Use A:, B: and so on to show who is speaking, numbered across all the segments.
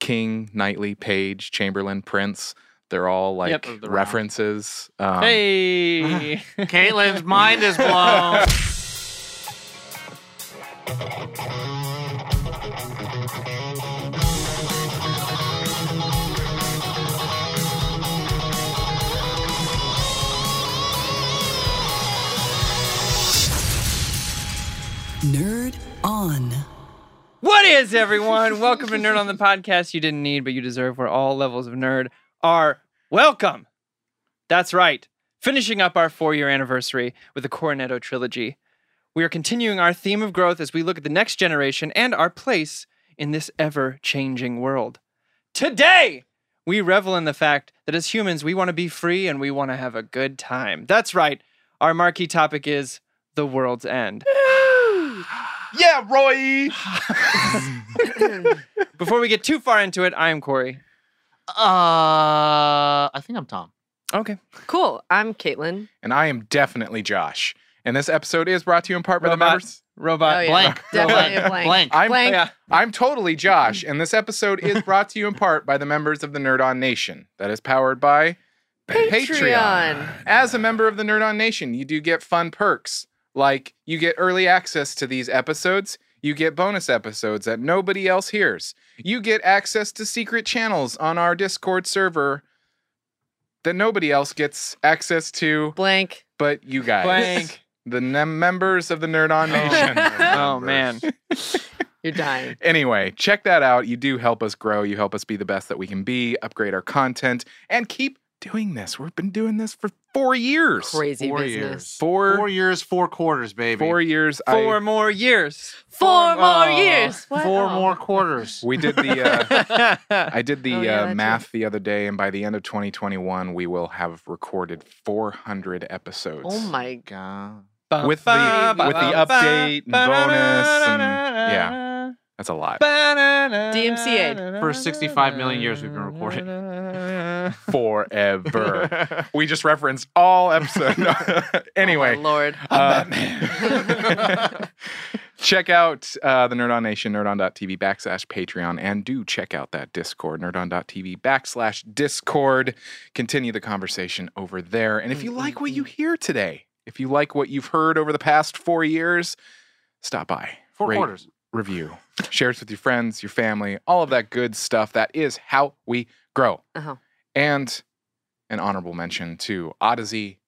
A: King, Knightley, Page, Chamberlain, Prince. They're all like
B: Yep.
C: They're all-
A: references. Um,
B: Hey.
C: Caitlin's mind is blown.
D: Nerd on.
B: What is everyone? Welcome to Nerd on the Podcast you didn't need but you deserve where all levels of nerd are welcome. That's right. Finishing up our 4-year anniversary with the Coronetto trilogy. We are continuing our theme of growth as we look at the next generation and our place in this ever-changing world. Today, we revel in the fact that as humans, we want to be free and we want to have a good time. That's right. Our marquee topic is the world's end.
A: yeah, Roy.
B: Before we get too far into it, I am Corey.
C: Uh, I think I'm Tom.
B: Okay.
E: Cool. I'm Caitlin.
A: And I am definitely Josh. And this episode is brought to you in part by the
B: Robot.
A: members.
B: Robot
E: Oh, yeah.
C: Blank.
E: Definitely a blank.
C: Blank.
A: I'm
E: Blank.
B: Yeah.
A: I'm totally Josh, and this episode is brought to you in part by the members of the Nerd On Nation. That is powered by
E: Patreon.
A: As a member of the Nerd On Nation, you do get fun perks. Like you get early access to these episodes, you get bonus episodes that nobody else hears. You get access to secret channels on our Discord server that nobody else gets access to
E: Blank.
A: but you guys.
B: Blank.
A: The nem- members of the Nerd On Nation.
B: oh man.
E: You're dying.
A: Anyway, check that out. You do help us grow. You help us be the best that we can be, upgrade our content, and keep doing this. We've been doing this for four years.
E: Crazy
C: Four
E: business.
A: Four,
C: Four years, four quarters, baby.
A: four years. I-
B: Four more years.
E: Four
C: Oh,
E: more years. Wow.
F: Oh.
C: Four more quarters.
A: we did the. Uh, I did the
E: Oh, yeah,
A: uh,
E: that's
A: math the other day, and by the end of 2021, we will have recorded 400 episodes.
E: Oh my.
C: God.
A: With the- with the update and bonus and- yeah. That's a lot.
E: DMCA.
C: For 65 million years we've been recording.
A: Forever. we just referenced all episodes. anyway,
E: Oh my Lord.
A: Uh, check out uh, the Nerd On Nation, nerdon.tv backslash Patreon, and do check out that Discord, nerdon.tv backslash Discord. Continue the conversation over there. And if you like what you hear today, if you like what you've heard over the past four years, stop by.
C: Four
A: Rate,
C: quarters.
A: Review. Share it with your friends, your family, all of that good stuff. That is how we grow.
E: Uh-huh.
A: And an honorable mention to Odyssey,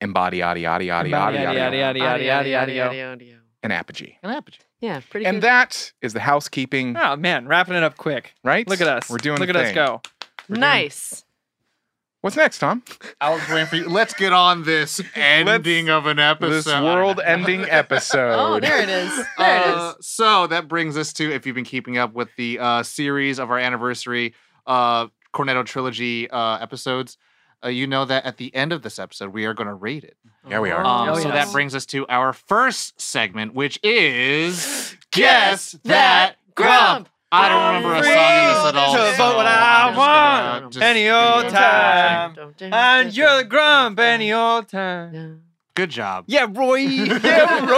A: Embody, Adi, Adi, Adi,
B: Embody,
A: Adi,
B: Yaddy,
A: Adi,
B: yaddy,
A: Adi,
B: yaddy, yaddy, yaddy,
E: Audio,
B: yaddy.
E: audio, audio.
A: and Apogee.
C: An apogee.
E: Yeah, pretty
A: And
E: good.
A: that is the housekeeping,
B: Oh man, wrapping it up quick.
A: right?
B: Look at us.
A: We're doing
B: Look
A: the
B: at us
A: thing.
B: go.
E: nice.
A: What's next, Tom?
C: I was waiting for you. Let's get on this ending of an episode.
A: This world-ending episode.
E: Oh, there it is. There
C: Uh, so that brings us to if you've been keeping up with the uh, series of our anniversary uh, Cornetto trilogy uh, episodes, uh, you know that at the end of this episode we are going to rate it.
E: it is.
A: yeah, we are.
C: Um,
B: Oh,
C: so
B: yes.
C: that brings us to our first segment, which is
E: Guess That Grump.
C: I don't remember a song in this at all.
B: Free to
C: so
B: vote what I
C: I'm just gonna
E: want
C: just-
B: any old time. And you're the grump any old time.
E: Yeah.
C: Good job.
B: Yeah, Roy.
A: yeah,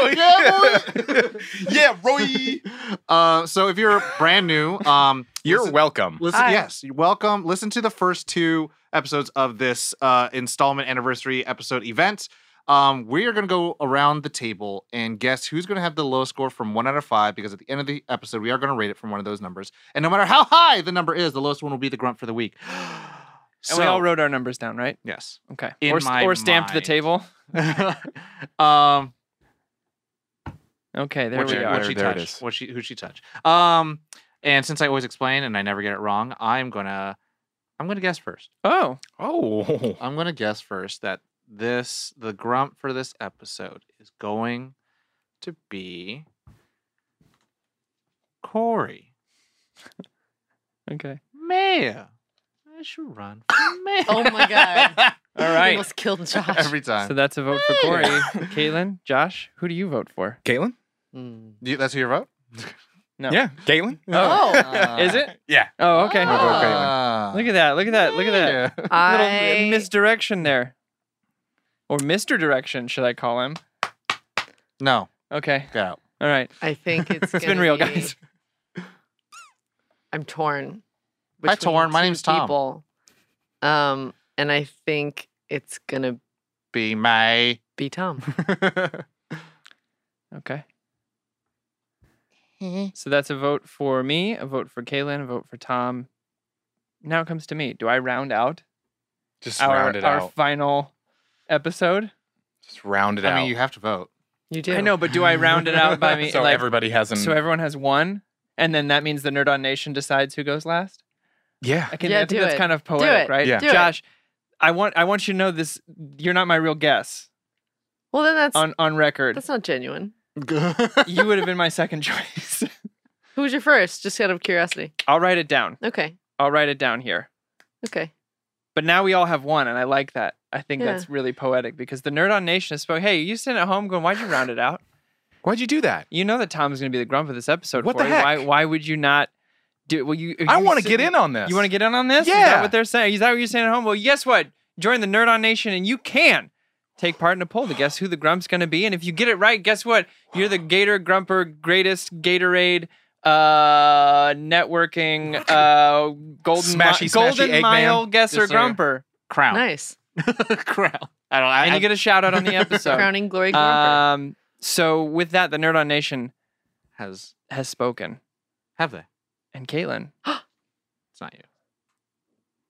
A: Roy.
C: yeah, Roy. Uh, so if you're brand new, um,
A: You're
C: listen-
A: welcome.
C: Listen,
E: Hi.
C: yes, you're welcome. Listen to the first two episodes of this uh, installment anniversary episode event. Um, we are going to go around the table and guess who's going to have the lowest score from one out of five. Because at the end of the episode, we are going to rate it from one of those numbers. And no matter how high the number is, the lowest one will be the grunt for the week.
B: And we all wrote our numbers down, right?
C: yes.
B: Okay.
C: In
B: or s-
C: my
B: or stamped the
C: mind.
B: table.
C: um,
B: Okay, there
C: what
B: we
C: she,
A: you-
B: are.
C: what she
A: There it is.
C: touched, what she, who she touched. Um, and since I always explain and I never get it wrong, I'm gonna, I'm gonna guess first.
B: Oh.
A: Oh.
C: I'm gonna guess first that this the grump for this episode is going to be Corey
B: Okay.
C: Mayor. I should run for mayor.
E: Oh my God.
B: All right.
E: Almost killed Josh.
C: Every time.
B: So that's a vote for Corey. Caitlin, Josh, who do you vote for?
A: Caitlin?
E: Mm.
C: You- that's who you vote.
B: No.
A: Yeah, Caitlin?
B: Oh.
E: Oh,
B: Is it?
A: Uh,
B: Ah.
A: Yeah.
B: Oh, okay.
E: Oh.
A: vote Caitlin.
C: Ah.
B: Look at that. Look at that. Look at that.
C: that.
B: Little
E: I
B: uh, misdirection there. Or Mr. Direction, should I call him?
C: No,
B: Okay.
C: get out.
B: All right.
E: I think it's
B: It's been real, guys.
F: I'm torn.
C: Hi,
F: between
C: Torn. My
F: two
C: name's Tom.
F: People. Um, and I think it's gonna
C: Be my.
F: be Tom.
B: Okay. So that's a vote for me, a vote for Kaylin, a vote for Tom. Now it comes to me. Do I round out
A: Just
B: our,
A: round it
B: our
A: out.
B: final episode?
A: Just round it
C: I
A: out.
C: mean, you have to vote.
F: You do.
B: I know, but do I round it out by me?
A: so
B: like,
A: everybody has an.
B: so everyone has one, and then that means the Nerd on Nation decides who goes last.
A: yeah.
B: I can.
F: Yeah,
B: I think
F: do
B: that's
F: it.
B: kind of poetic,
F: it.
B: right?
A: Yeah.
F: Do it.
B: Josh, I want I want you to know this. You're not my real guess
F: Well, then that's
B: on on record.
F: that's not genuine.
B: you would have been my second choice.
F: Who was your first? Just out of curiosity.
B: I'll write it down.
F: Okay.
B: I'll write it down here.
F: Okay.
B: But now we all have one, and I like that. I think
F: Yeah.
B: that's really poetic because the Nerd on Nation is spoke. Hey, you sitting at home going, why'd you round it out?
A: Why'd you do that?
B: You know that Tom's going to be the grump of this episode.
A: What
B: for
A: the
B: you. Why,
A: heck?
B: why would you not do? Well, you.
A: I
B: you
A: want to
B: sit-
A: get in on this.
B: You want to get in on this? Is that
A: Yeah.
B: what they're saying? Is that what you're saying at home? Well, guess what? Join the Nerd on Nation, and you can take part in a poll to guess who the grump's going to be. And if you get it right, guess what? You're the Gator Grumper, greatest Gatorade uh networking uh golden mi-
A: Smashy, smashy
B: golden
A: Eggman.
B: mile guesser
C: Yes, sir.
B: grumper
C: Crown.
F: Nice.
C: Crown. I don't. I,
B: and
C: I,
B: you get a shout out on the episode.
F: Crowning glory. glumper.
B: um, so with that, the Nerd on Nation
C: has
B: has spoken,
C: have they?
B: and Caitlin,
C: It's not you.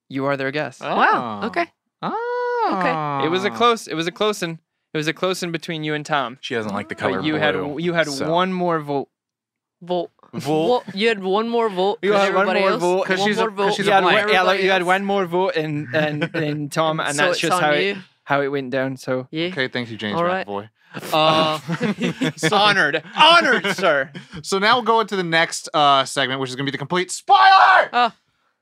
B: you are their guest.
F: Wow.
C: Oh.
F: Okay.
C: Oh.
B: It was a close. It was a close in. It was a close in between you and Tom.
A: She doesn't like the color
B: But you
A: blue,
B: had you had
A: so-
B: one more vote.
F: Volt.
A: Vol-
F: You had one more vote.
B: You
F: than
B: had one
F: everybody
B: more
F: else?
B: vote. 'Cause
F: One
C: she's a-
F: more
C: 'cause
F: vote
C: she's a
B: you had,
F: than
B: one,
C: blank.
B: yeah, like,
F: everybody
B: you had
F: else.
B: one more vote, and and and Tom, and
F: so
B: that's
F: it's
B: just
F: on
B: how
F: you.
B: it, how it went down. So
F: Yeah.
C: Okay, thank you, James
F: All right.
C: McAvoy. Uh,
B: honored, honored, sir.
C: So now we'll go into the next uh, segment, which is going to be the complete spoiler.
F: Oh.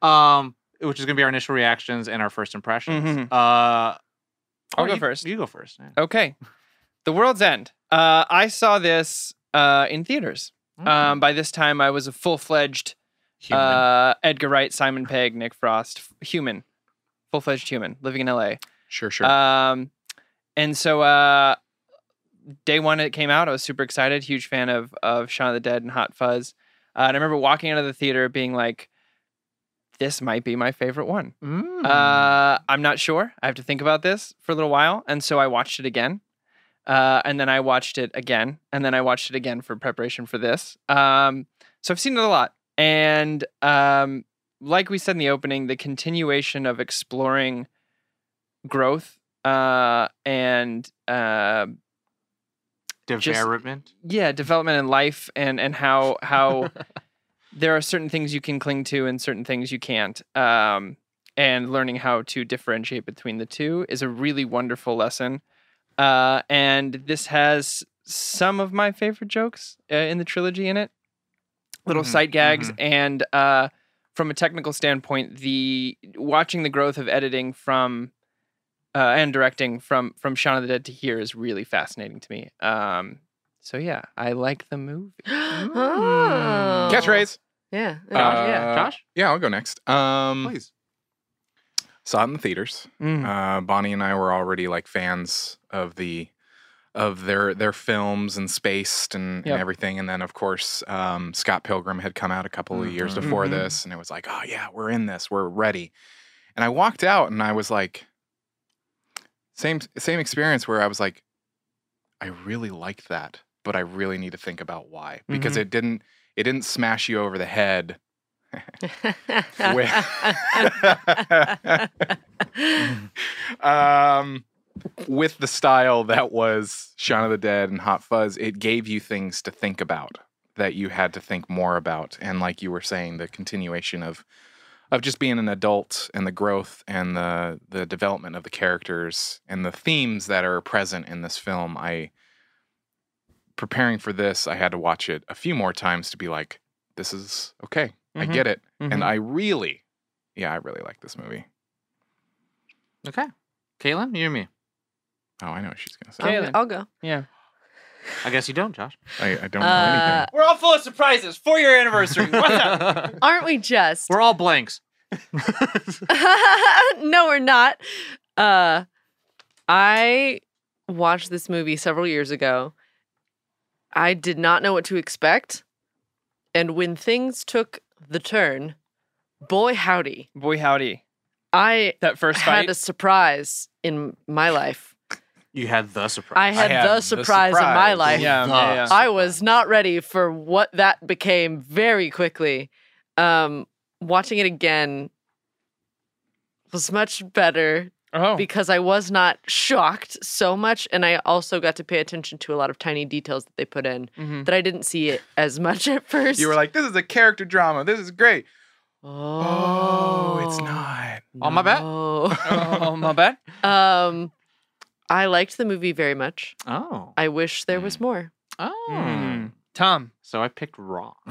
C: Um, which is going to be our initial reactions and our first impressions.
B: Mhm.
C: Uh, I'll
B: I'll go first. Uh,
C: You go first. yeah.
B: Okay. The World's End. Uh, I saw this uh, in theaters.
C: Mm.
B: Um, by this time, I was a full fledged
C: Human.
B: uh, Edgar Wright, Simon Pegg, Nick Frost, f- human, full fledged human living in LA.
A: Sure, sure.
B: Um, and so uh, day one it came out, I was super excited, huge fan of of Shaun of the Dead and Hot Fuzz. Uh, and I remember walking out of the theater being like, "This might be my favorite one."
C: Mm.
B: Uh, I'm not sure. I have to think about this for a little while, and so I watched it again, uh, and then I watched it again, and then I watched it again for preparation for this. Um, so I've seen it a lot, and um, like we said in the opening, the continuation of exploring growth uh, and uh,
C: Development.
B: yeah, development in life, and and how how there are certain things you can cling to and certain things you can't. Um, and learning how to differentiate between the two is a really wonderful lesson. Uh, and this has some of my favorite jokes uh, in the trilogy in it, little
C: Mhm,
B: sight gags, and uh, from a technical standpoint, the watching the growth of editing from uh, and directing from from Shaun of the Dead to here is really fascinating to me. Um, so yeah, I like the movie. uh,
F: Oh.
A: Catchphrase.
F: Yeah.
A: Uh,
F: yeah.
C: Josh,
A: Yeah, I'll go next. Um,
C: please.
A: Saw it in the theaters.
B: Mm.
A: Uh, Bonnie and I were already like fans of the of their their films and spaced and,
B: Yep.
A: and everything. And then of course um, Scott Pilgrim had come out a couple of years
C: Mhm.
A: before
B: Mhm.
A: this, and it was like, oh yeah, we're in this, we're ready. And I walked out and I was like, same same experience where I was like, I really liked that, but I really need to think about why because
B: Mm-hmm.
A: it didn't it didn't smash you over the head um, with the style that was Shaun of the Dead and Hot Fuzz, it gave you things to think about that you had to think more about, and like you were saying, the continuation of of just being an adult and the growth and the the development of the characters and the themes that are present in this film. I preparing for this, I had to watch it a few more times to be like, this is okay. I
B: Mhm.
A: get it
B: Mhm.
A: and I really, yeah, I really like this movie.
C: Okay. Caitlin, you and me.
A: Oh, I know what she's gonna say.
B: Okay.
F: I'll, I'll go.
B: yeah,
C: I guess you don't, Josh.
A: I, I don't know
F: Uh,
A: anything.
B: we're all full of surprises. Four year anniversary. What's up?
F: aren't we just?
C: We're all blanks.
F: no, we're not. Uh, I watched this movie several years ago. I did not know what to expect. And when things took The Turn, boy howdy,
B: Boy, howdy.
F: I
B: That first
F: had
B: fight.
F: a surprise in my life.
C: You had the surprise.
F: I had,
A: had
F: the,
A: the
F: surprise in my
A: surprise.
F: life.
B: yeah, yeah, yeah.
F: I was not ready for what that became very quickly. Um, watching it again was much better
B: Oh,
F: because I was not shocked so much, and I also got to pay attention to a lot of tiny details that they put in
B: mhm.
F: that I didn't see it as much at first.
A: Mm-hmm. You were like, this is a character drama. This is great.
F: oh,
A: Oh, it's not.
C: On my back?
F: no.
B: oh, my bad.
F: um, I liked the movie very much.
C: Oh.
F: I wish there was more.
C: Oh.
B: Mm. Tom,
C: So I picked wrong.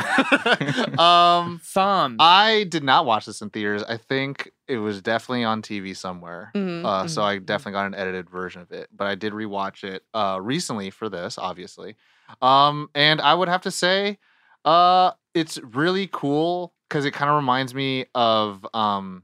C: um
B: Thom.
C: I did not watch this in theaters. I think it was definitely on TV somewhere.
F: Mhm,
B: Mm-hmm,
C: Uh, so
F: mhm.
C: I definitely got an edited version of it, but I did rewatch it uh, recently for this, obviously. Um, and I would have to say, uh, it's really cool because it kind of reminds me of um,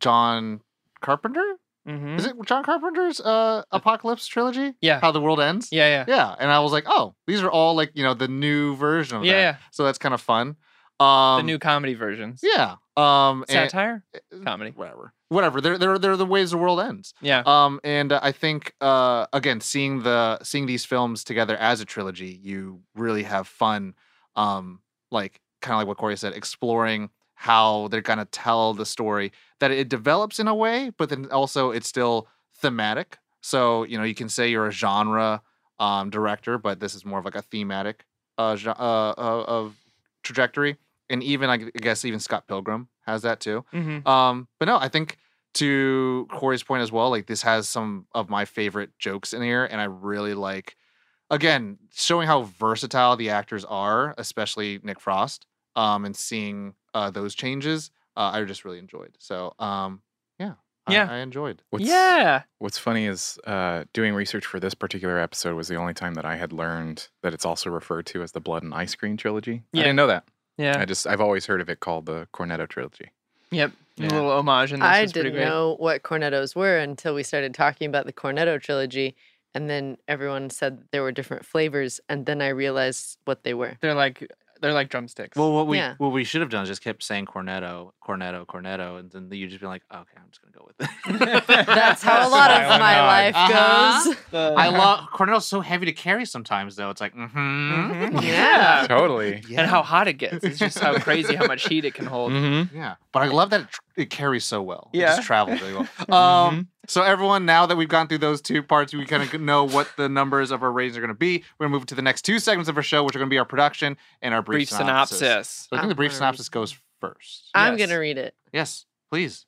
C: John Carpenter.
B: Mhm.
C: Is it John Carpenter's uh, Apocalypse trilogy?
B: Yeah.
C: How the world ends.
B: Yeah, yeah.
C: Yeah, and I was like, oh, these are all like you know the new version of
B: Yeah,
C: that.
B: yeah.
C: So that's kind of fun. Oh, Um,
B: the new comedy versions.
C: yeah. Um, and-
B: Satire? Comedy.
C: whatever, whatever. They're they're they're the ways the world ends.
B: Yeah.
C: Um, and uh, I think uh, again, seeing the seeing these films together as a trilogy, you really have fun. Um, like kind of like what Corey said, exploring how they're gonna tell the story that it develops in a way, but then also it's still thematic. So you know, you can say you're a genre um, director, but this is more of like a thematic uh, gen- uh, uh of trajectory. And even I g- I guess even Scott Pilgrim has that too.
B: Mm-hmm.
C: Um, but no, I think to Corey's point as well, like this has some of my favorite jokes in here, and I really like again showing how versatile the actors are, especially Nick Frost, um, and seeing uh, those changes. Uh, I just really enjoyed. So um, yeah, I-
B: Yeah.
C: I, enjoyed.
B: Yeah.
A: What's funny is uh, doing research for this particular episode was the only time that I had learned that it's also referred to as the Blood and Ice Cream trilogy.
B: Yeah.
A: I didn't know that.
B: Yeah.
A: I just I've always heard of it called the Cornetto trilogy.
B: Yep.
C: Yeah.
B: A little homage in this.
F: I
B: is pretty
F: didn't
B: great.
F: know what cornettos were until we started talking about the cornetto trilogy. And then everyone said that there were different flavors. And then I realized what they were.
B: They're like they're like drumsticks.
C: what
F: we- Yeah.
C: what we should have done is just kept saying cornetto, cornetto, cornetto, and then you just be like, okay, I'm just gonna go with
B: it."
F: That's how a lot of
B: Why
F: my
B: not?
F: life
C: Uh-huh.
F: goes.
B: The-
C: I love cornetto's so heavy to carry sometimes though. It's like, mm-hmm.
B: Mhm.
F: Yeah.
A: Totally.
C: Yeah.
B: And how hot it gets. It's just how crazy how much heat it can hold.
A: mm-hmm.
C: Yeah, but I love that it, tr- it carries so well. it
B: Yeah.
C: just travels really well. Um, so everyone, now that we've gone through those two parts, we kind of know what the numbers of our ratings are going to be. We're going to move to the next two segments of our show, which are going to be our production and our brief,
B: Brief synopsis.
C: So I think the brief
F: Um,
C: synopsis goes first.
F: I'm
B: Yes.
F: going to read it.
C: Yes, please.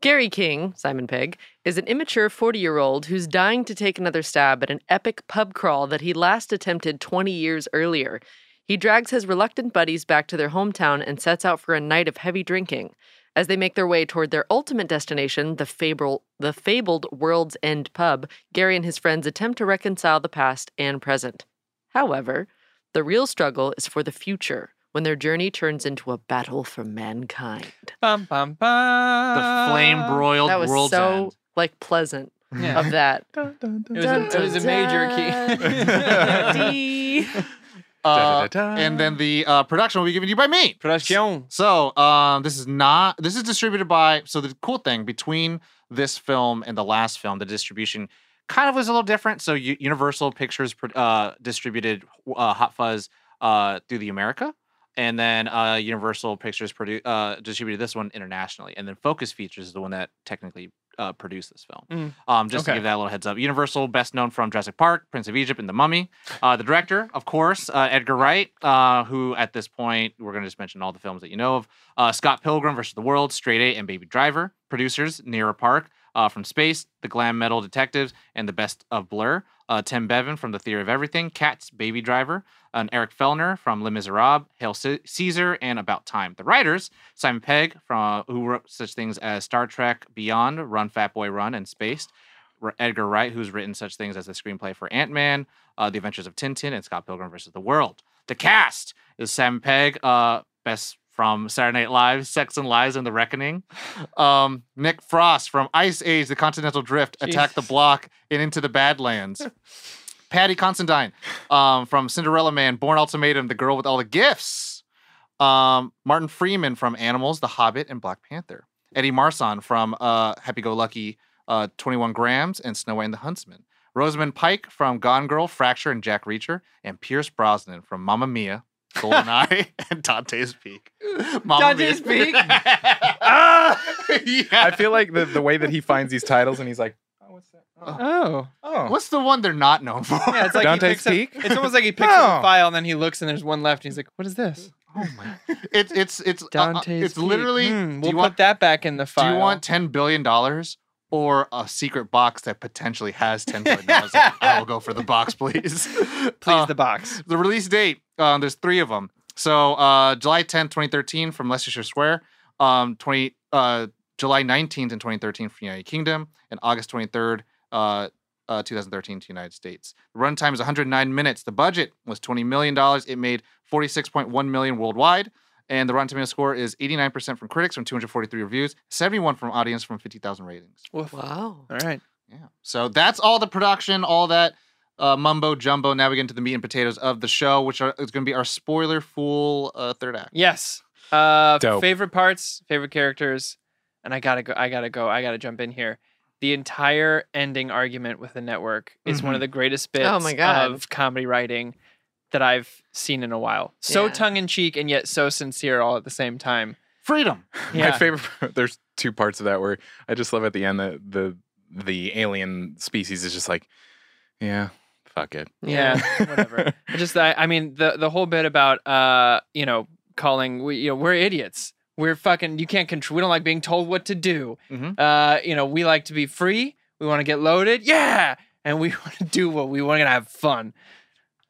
F: Gary King, Simon Pegg, is an immature 40 year old who's dying to take another stab at an epic pub crawl that he last attempted 20 years earlier. He drags his reluctant buddies back to their hometown and sets out for a night of heavy drinking. As they make their way toward their ultimate destination, the, fable, the fabled World's End pub, Gary and his friends attempt to reconcile the past and present. However, the real struggle is for the future when their journey turns into a battle for mankind.
B: Bum, bum,
C: The
B: bum.
C: flame broiled
F: Uh, That was
C: world's
F: so
C: end.
F: like pleasant
B: Yeah.
F: of that.
B: It was, a, it was a major key.
F: D.
C: Uh,
A: Da-da-da-da.
C: and then the uh, production will be given to you by me.
B: Production.
C: So um, this is not this is distributed by. So the cool thing between this film and the last film, the distribution kind of was a little different. So U- Universal Pictures pro- uh, distributed uh, Hot Fuzz uh, through the America, and then uh, Universal Pictures produ- uh, distributed this one internationally, and then Focus Features is the one that technically. Uh, produced this film. Um, just to
B: Okay.
C: give that a little heads up. Universal, best known from Jurassic Park, Prince of Egypt, and The Mummy. Uh, the director, of course, uh, Edgar Wright, uh, who at this point, we're going to just mention all the films that you know of uh, Scott Pilgrim versus the World, Straight A, and Baby Driver. Producers, Nira Park uh, from Space, The Glam Metal Detectives, and The Best of Blur. Uh, Tim Bevan from The Theory of Everything, Cats, Baby Driver, and Eric Fellner from Les Miserables, Hail C- Caesar, and About Time. The writers, Simon Pegg, from, who wrote such things as Star Trek Beyond, Run Fat Boy Run, and Spaced. R- Edgar Wright, who's written such things as the screenplay for Ant Man, uh, The Adventures of Tintin, and Scott Pilgrim versus the World. The cast is Sam Pegg, uh, best from Saturday Night Live, Sex and Lies, and The Reckoning. Um, Nick Frost from Ice Age, The Continental Drift, Attack the
B: Jesus.
C: Block, and Into the Badlands. Patty Considine um, from Cinderella Man, Born Ultimatum, The Girl with All the Gifts. um, Martin Freeman from Animals, The Hobbit, and Black Panther. Eddie Marsan from uh, Happy Go Lucky, uh, 21 Grams, and Snow White and the Huntsman. Rosamund Pike from Gone Girl, Fracture, and Jack Reacher. And Pierce Brosnan from Mamma Mia, Goldeneye, and Dante's Peak. Mamma
E: Dante's
C: Mia.
E: Peak?
A: I
C: yeah.
A: feel like the, the way that he finds these titles and he's like, oh, what's that? Oh.
B: Oh.
A: oh.
C: What's the one they're not known for?
B: Yeah, it's like he
A: Dante's
B: picks up-
A: Peak?
B: it's almost like he picks up
A: Oh.
B: a file and then he looks and there's one left and he's like, "What is this?"
C: oh my. It's it's it's uh, uh,
B: Dante's.
C: it's
B: Peak.
C: literally.
B: Hmm,
C: do
B: we'll
C: you
B: put
C: want-
B: that back in the file.
C: Do you want ten billion dollars or a secret box that potentially has ten billion dollars? I will go for the box, please.
B: please
C: Uh,
B: the box?
C: the release date. Um, there's three of them. So uh, July 10th, 2013 from Leicestershire Square. Um, 20 uh, July 19th and 2013 from United Kingdom, and August 23rd. Uh, uh, 2013 to United States. The runtime is 109 minutes. The budget was 20 million dollars. It made 46.1 million worldwide, and the Rotten Tomato score is 89 percent from critics from 243 reviews, 71 from audience from 50,000 ratings.
B: Woof. All
F: Wow.
B: right.
C: Yeah. So that's all the production, all that uh, mumbo jumbo. Now we get into the meat and potatoes of the show, which are, is going to be our spoiler full uh, third act.
B: Yes. Uh,
A: Dope.
B: favorite parts, favorite characters, and I gotta go. I gotta go. I gotta jump in here. The entire ending argument with the network is one of the greatest bits
F: Oh my God.
B: of comedy writing that I've seen in a while. So
F: Yeah.
B: tongue in cheek and yet so sincere all at the same time.
C: Freedom.
B: Yeah.
A: My favorite. part- There's two parts of that where I just love at the end that the the alien species is just like, yeah, fuck it.
B: Yeah, whatever. I Just I, I mean the the whole bit about uh you know calling we you know we're idiots. We're fucking you can't control. We don't like being told what to do.
A: Mm-hmm.
C: Mhm.
B: Uh you know we like to be free. We want to get loaded. Yeah, and we want to do what we want to have fun.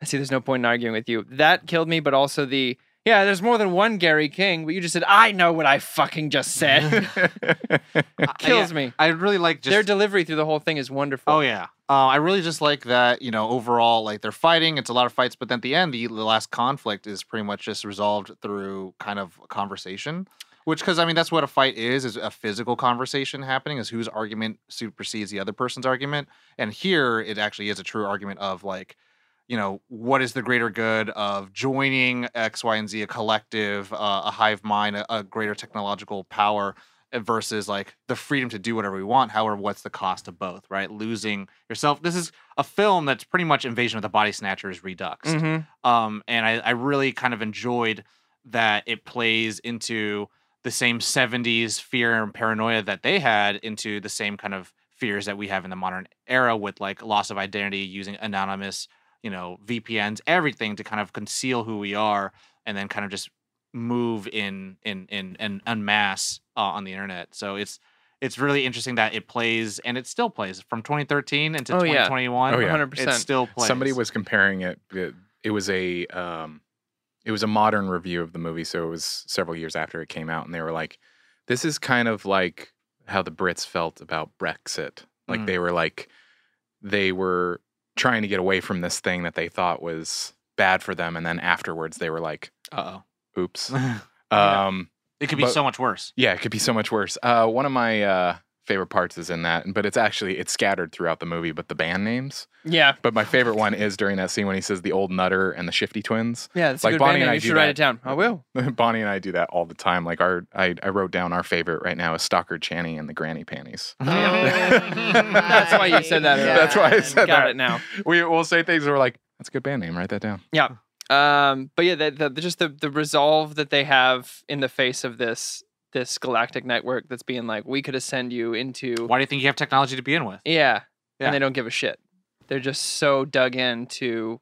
B: I see. There's no point in arguing with you. That killed me. But also the yeah. There's more than one Gary King. But you just said I know what I fucking just said. Kills me.
C: I really like just
B: Their delivery through the whole thing is wonderful.
C: Oh yeah, uh, I really just like that. You know, overall, like they're fighting. It's a lot of fights, but then at the end, the, the last conflict is pretty much just resolved through kind of conversation. Which, because I mean, that's what a fight is—is a physical conversation happening. Is whose argument supersedes the other person's argument. And here, it actually is a true argument of like, you know, what is the greater good of joining X, Y, and Z, a collective, uh, a hive mind, a, a greater technological power eh, versus like the freedom to do whatever we want. However, what's the cost of both, right? Losing yourself. This is a film that's pretty much Invasion of the Body Snatchers reduxed.
B: Mhm.
C: Um, and I, I really kind of enjoyed that it plays into the same 70s fear and paranoia that they had into the same kind of fears that we have in the modern era with like loss of identity using anonymous, you know, VPNs, everything to kind of conceal who we are and then kind of just move in in in and unmass uh, on the internet. So it's it's really interesting that it plays and it still plays from 2013 into
B: Oh, yeah.
C: 2021.
A: Oh, yeah.
C: It
B: 100%.
C: still plays.
A: Somebody was comparing it. It, it was a um, it was a modern review of the movie, so it was several years after it came out, and they were like, "This is kind of like how the Brits felt about Brexit. Like
C: Mm.
A: they were like, they were trying to get away from this thing that they thought was bad for them, and then afterwards they were like,
C: Uh
A: "Oops."
C: oh. Yeah.
A: Um,
C: it could be
A: But-
C: so much worse.
A: Yeah, it could be so much worse. Uh, one of my uh, favorite parts is in that, but it's actually it's scattered throughout the movie. But the band names.
B: Yeah.
A: But my favorite one is during that scene when he says the old Nutter and the Shifty Twins.
B: Yeah, that's
A: Like
B: a good
A: Bonnie
B: band
A: and
B: name.
A: I
B: You
A: do
B: should write
A: that.
B: it down. I will.
A: Bonnie and I do that all the time. Like our, I, I wrote down our favorite right now is Stockard Channy and the Granny Panties.
C: Mm.
B: That's why you said that.
E: Yeah.
B: earlier.
A: That's why I said
B: Got
A: that.
B: it now.
A: We will say things that we're like, that's a good band name. Write that down.
B: Um, but yeah, the, the, just the, the resolve that they have in the face of this this galactic network that's being like, we could ascend you into
C: Why do you think you have technology to begin with?
B: yeah,
C: Yeah.
B: and they don't give a shit. They're just so dug into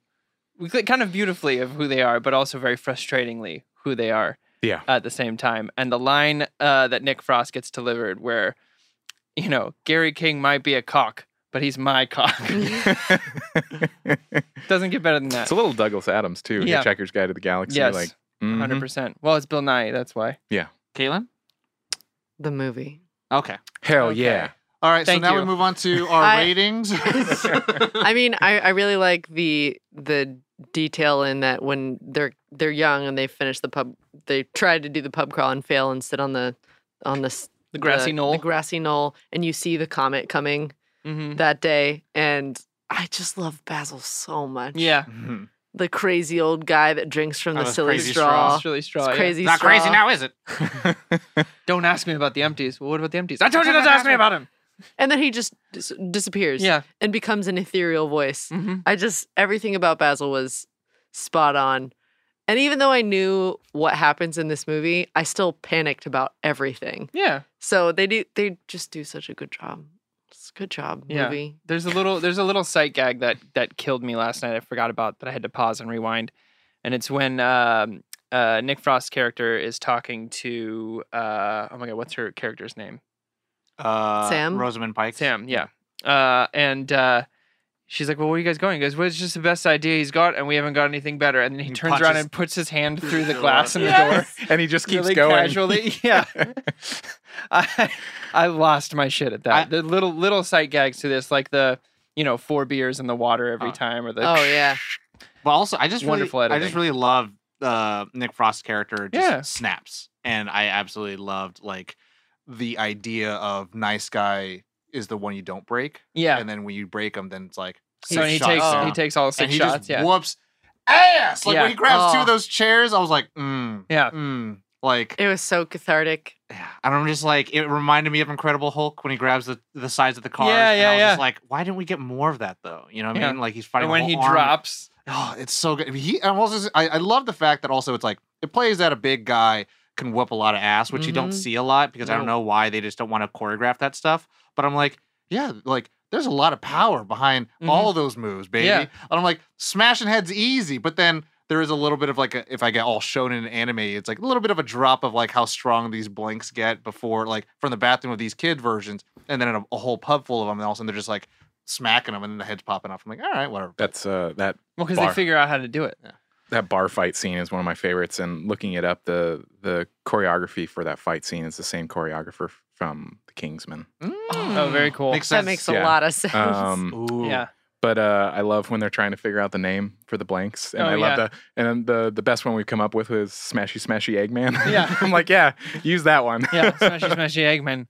B: we cl- kind of beautifully of who they are, but also very frustratingly who they are.
A: Yeah.
B: At the same time, and the line uh, that Nick Frost gets delivered, where you know Gary King might be a cock, but he's my cock. Doesn't get better than that.
A: it's a little Douglas Adams too.
B: Mm-hmm. Yeah.
A: Hitchhiker's Guide to the Galaxy.
B: Yes.
A: Like,
B: 100
A: mhm.
B: percent. Well, it's Bill Nye. That's why.
C: Caitlin?
F: The movie.
C: Okay.
A: Hell
B: Okay.
A: yeah.
C: All right.
B: Thank
C: so now
B: you.
C: we move on to our
F: I-
C: ratings.
F: I mean, I, I really like the the detail in that when they're they're young and they finish the pub, they try to do the pub crawl and fail and sit on the on the s-
B: The grassy knoll.
F: the grassy knoll, and you see the comet coming
B: Mm-hmm.
F: that day, and I just love Basil so much.
B: Yeah.
C: Mhm.
F: the crazy old guy that drinks from
C: Oh,
F: the
C: that's
F: silly
C: crazy
F: straw.
B: It's really straw.
F: It's
B: yeah.
F: crazy
C: Not
F: straw.
C: crazy now, is it?
B: Don't ask me about the empties. Well, what about the empties? I told you not to ask me about him.
F: And then he just dis- disappears
B: Yeah.
F: and becomes an ethereal voice.
B: Mm-hmm.
F: I just everything about Basil was spot on. And even though I knew what happens in this movie, I still panicked about everything.
B: Yeah.
F: So they do they just do such a good job. It's a good job
B: Yeah.
F: movie.
B: There's a little there's a little sight gag that that killed me last night. I forgot about that. I had to pause and rewind, and it's when um, uh, Nick Frost's character is talking to uh, oh my god, what's her character's name?
C: Uh,
F: Sam?
C: Rosamund Pike.
B: Sam. Yeah. Uh, and uh, she's like, "Well, where are you guys going?" He goes, "Well, it's just the best idea he's got, and we haven't got anything better." And then he,
C: He
B: turns around
C: punches-
B: and puts his hand through the
C: Door.
B: glass in the
A: Yes.
B: door.
A: and he just keeps
B: really
A: going.
B: casually. Yeah, I I lost my shit at that.
C: I-
B: the little little sight gags to this, like the you know four beers in the water every
C: Oh.
B: time, or the
F: Oh yeah.
C: But also, I just
B: Wonderful
C: really, I just
B: editing.
C: really love uh, Nick Frost's character. Just
B: Yeah.
C: snaps, and I absolutely loved like the idea of nice guy is the one you don't break,
B: yeah.
C: and then when you break him, then it's like
B: So
C: six
B: he
C: shots
B: takes
C: down,
B: he takes all
C: and
B: six
C: he
B: shots.
C: just
B: Yeah,
C: whoops ass. Like
B: Yeah.
C: when he grabs two
F: Oh.
C: of those chairs, I was like, mm,
B: yeah.
C: mm. Like
F: It was so cathartic.
C: yeah, and I'm just like it reminded me of Incredible Hulk when he grabs the, the sides of the cars.
B: Yeah,
C: and
B: yeah,
C: I was
B: yeah.
C: Just like, why didn't we get more of that though? You know what I
B: Yeah.
C: mean? Like he's fighting.
B: And
C: a
B: when
C: whole
B: he
C: army.
B: drops,
C: Oh, it's so good. I mean, He I'm also I, I love the fact that also it's like it plays that a big guy can whip a lot of ass, which you don't
F: Mhm.
C: see a lot because I don't know why they just don't want to choreograph that stuff. But I'm like, yeah, like there's a lot of power behind
B: Mhm.
C: all those moves, baby.
B: Yeah.
C: And I'm like, smashing heads easy, but then there is a little bit of like a, if I get all shown in anime, it's like a little bit of a drop of like how strong these blinks get before like from the bathroom of these kid versions, and then a, a whole pub full of them, and all of a sudden they're just like smacking them, and then the heads popping off. I'm like, all right, whatever.
A: That's uh, that
B: well, because they
A: Bar.
B: figure out how to do it.
A: that bar fight scene is one of my favorites and looking it up the the choreography for that fight scene is the same choreographer from the kingsman
B: Oh, very cool.
C: Makes
F: That
C: sense.
F: makes a
A: Yeah.
F: lot of sense.
A: um
C: Ooh.
B: yeah,
A: but uh i love when they're trying to figure out the name for the blanks and
B: Oh,
A: i love
B: yeah.
A: the and then the the best one we've come up with was smashy smashy eggman
B: Yeah.
A: i'm like yeah use that one
B: yeah. Smashy, smashy, Eggman.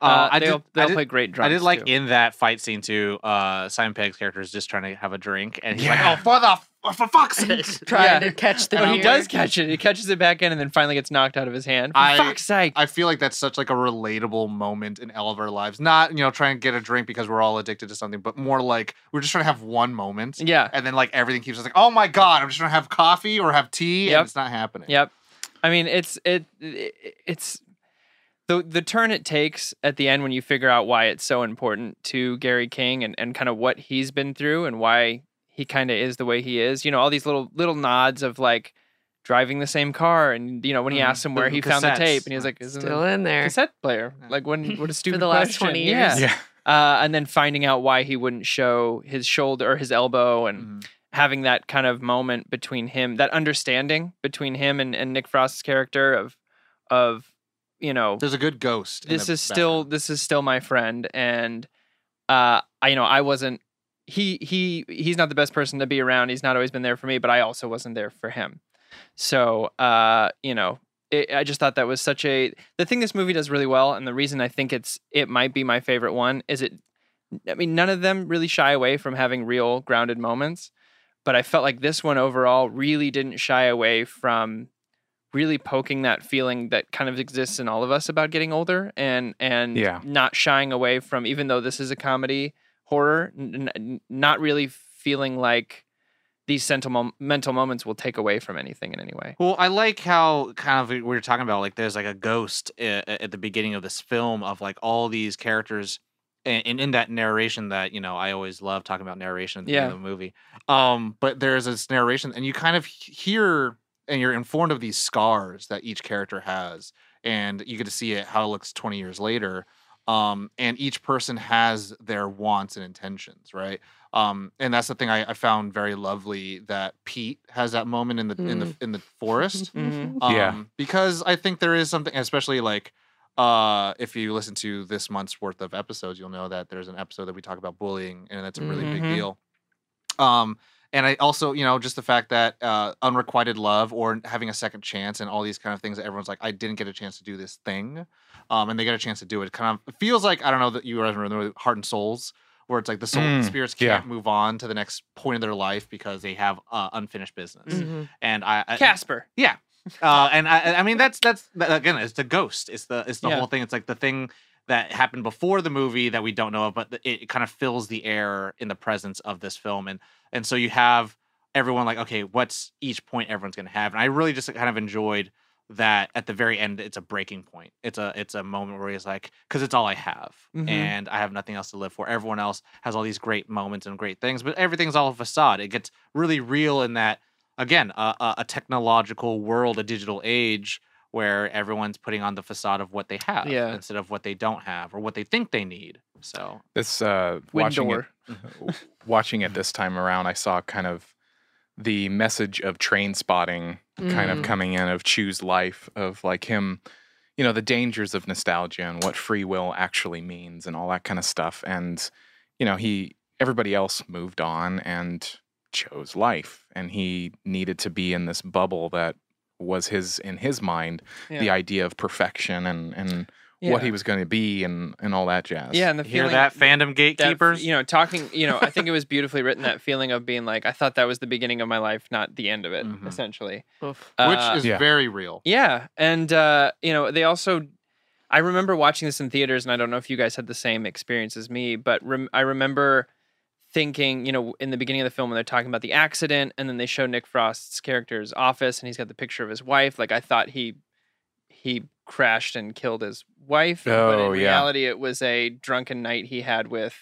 C: Uh,
B: Uh,
C: I,
B: they
C: did,
B: all, they
C: I
B: all
C: did-
B: play great
C: I
B: drums.
C: did like
B: too.
C: in that fight scene too. Uh, Simon Pegg's character is just trying to have a drink, and he's
A: Yeah.
C: like, "Oh, for the f- for fuck's sake!"
F: Trying
B: yeah.
F: to catch the
B: Oh, he
F: beer.
B: does catch it. He catches it back in, and then finally gets knocked out of his hand. For
C: I-
B: fuck's sake!
C: I feel like that's such like a relatable moment in all of our lives. Not you know trying to get a drink because we're all addicted to something, but more like we're just trying to have one moment,
B: yeah.
C: and then like everything keeps us like, "Oh my god, I'm just trying to have coffee or have tea,"
B: Yep.
C: and it's not happening.
B: Yep. I mean, it's it, it it's the the turn it takes at the end when you figure out why it's so important to Gary King and and kind of what he's been through and why he kind of is the way he is. You know, all these little little nods of like driving the same car and you know when he
F: Mm-hmm.
C: Mhm.
B: asked him where
C: The
B: he found the
C: cassettes.
B: tape and he was like, "Isn't
F: Still
B: it
F: in
B: a
F: there.
B: cassette player?" Like when what a stupid
F: the last
B: question.
F: 20
B: Yeah.
F: years.
A: yeah
B: Uh, and then finding out why he wouldn't show his shoulder or his elbow and
C: Mhm.
B: having that kind of moment between him, that understanding between him and, and Nick Frost's character of of you know
C: There's a good ghost. in
B: this
C: the
B: is still
C: background.
B: this is still my friend and uh I you know I wasn't he he he's not the best person to be around. He's not always been there for me, but I also wasn't there for him. So uh you know it, I just thought that was such a the thing this movie does really well, and the reason I think it's it might be my favorite one is it. I mean, none of them really shy away from having real grounded moments, but I felt like this one overall really didn't shy away from really poking that feeling that kind of exists in all of us about getting older and and
A: Yeah.
B: not shying away from even though this is a comedy horror, n- n- not really feeling like these sentimental mental moments will take away from anything in any way.
C: Well, I like how kind of we were talking about like there's like a ghost uh, at the beginning of this film of like all these characters and, and in that narration that you know I always love talking about narration at the beginning
B: Yeah.
C: of the movie. Um, but there's this narration and you kind of h- hear and you're informed of these scars that each character has and you get to see it how it looks 20 years later. Um, and each person has their wants and intentions, right? Um, and that's the thing I, I found very lovely that Pete has that moment in the in the in the
F: Mm-hmm.
C: forest. Um,
A: Yeah.
C: Because I think there is something, especially like uh, if you listen to this month's worth of episodes, you'll know that there's an episode that we talk about bullying, and that's a really
B: Mhm.
C: big deal. Um, and I also, you know, just the fact that uh, unrequited love or having a second chance and all these kind of things that everyone's like, I didn't get a chance to do this thing. Um, and they got a chance to do it. Kind of it feels like, I don't know that you guys remember Heart and Souls, where it's like the soul
A: Mm,
C: spirits
A: yeah.
C: can't move on to the next point of their life because they have uh, unfinished business.
F: Mhm.
C: And I, I
B: Casper.
C: uh, and I, I mean that's that's that- again it's the ghost it's the it's the
B: Yeah.
C: whole thing it's like the thing that happened before the movie that we don't know of but th- it, kind of fills the air in the presence of this film and and so you have everyone like okay what's each point everyone's going to have and I really just kind of enjoyed that at the very end it's a breaking point it's a it's a moment where he's like because it's all I have
B: Mhm.
C: and I have nothing else to live for everyone else has all these great moments and great things but everything's all a facade it gets really real in that again a, a, a technological world a digital age where everyone's putting on the facade of what they have
B: Yeah.
C: instead of what they don't have or what they think they need so
A: This uh, watching it,
B: Windor.
A: watching it this time around, I saw kind of the message of train spotting kind
F: Mm-hmm.
B: Mm.
A: of coming in of choose life of like him, you know, the dangers of nostalgia and what free will actually means and all that kind of stuff. And you know, he everybody else moved on and chose life, and he needed to be in this bubble that was his in his mind the
B: Yeah.
A: idea of perfection and and what
B: Yeah.
A: he was going to be and and all that jazz.
B: Yeah, and the
C: hear
B: feeling
C: that fandom
B: that,
C: gatekeepers
B: you know, talking, you know, I think it was beautifully written that feeling of being like, I thought that was the beginning of my life, not the end of it,
C: Mhm.
B: essentially.
F: Oof.
B: Uh,
C: which is
A: Yeah.
C: very real
B: Yeah, and uh, you know, they also. I remember watching this in theaters, and I don't know if you guys had the same experience as me, but rem- I remember thinking, you know, in the beginning of the film when they're talking about the accident, and then they show Nick Frost's character's office, and he's got the picture of his wife. Like I thought he he crashed and killed his wife, but in
A: Oh, yeah.
B: reality, it was a drunken night he had with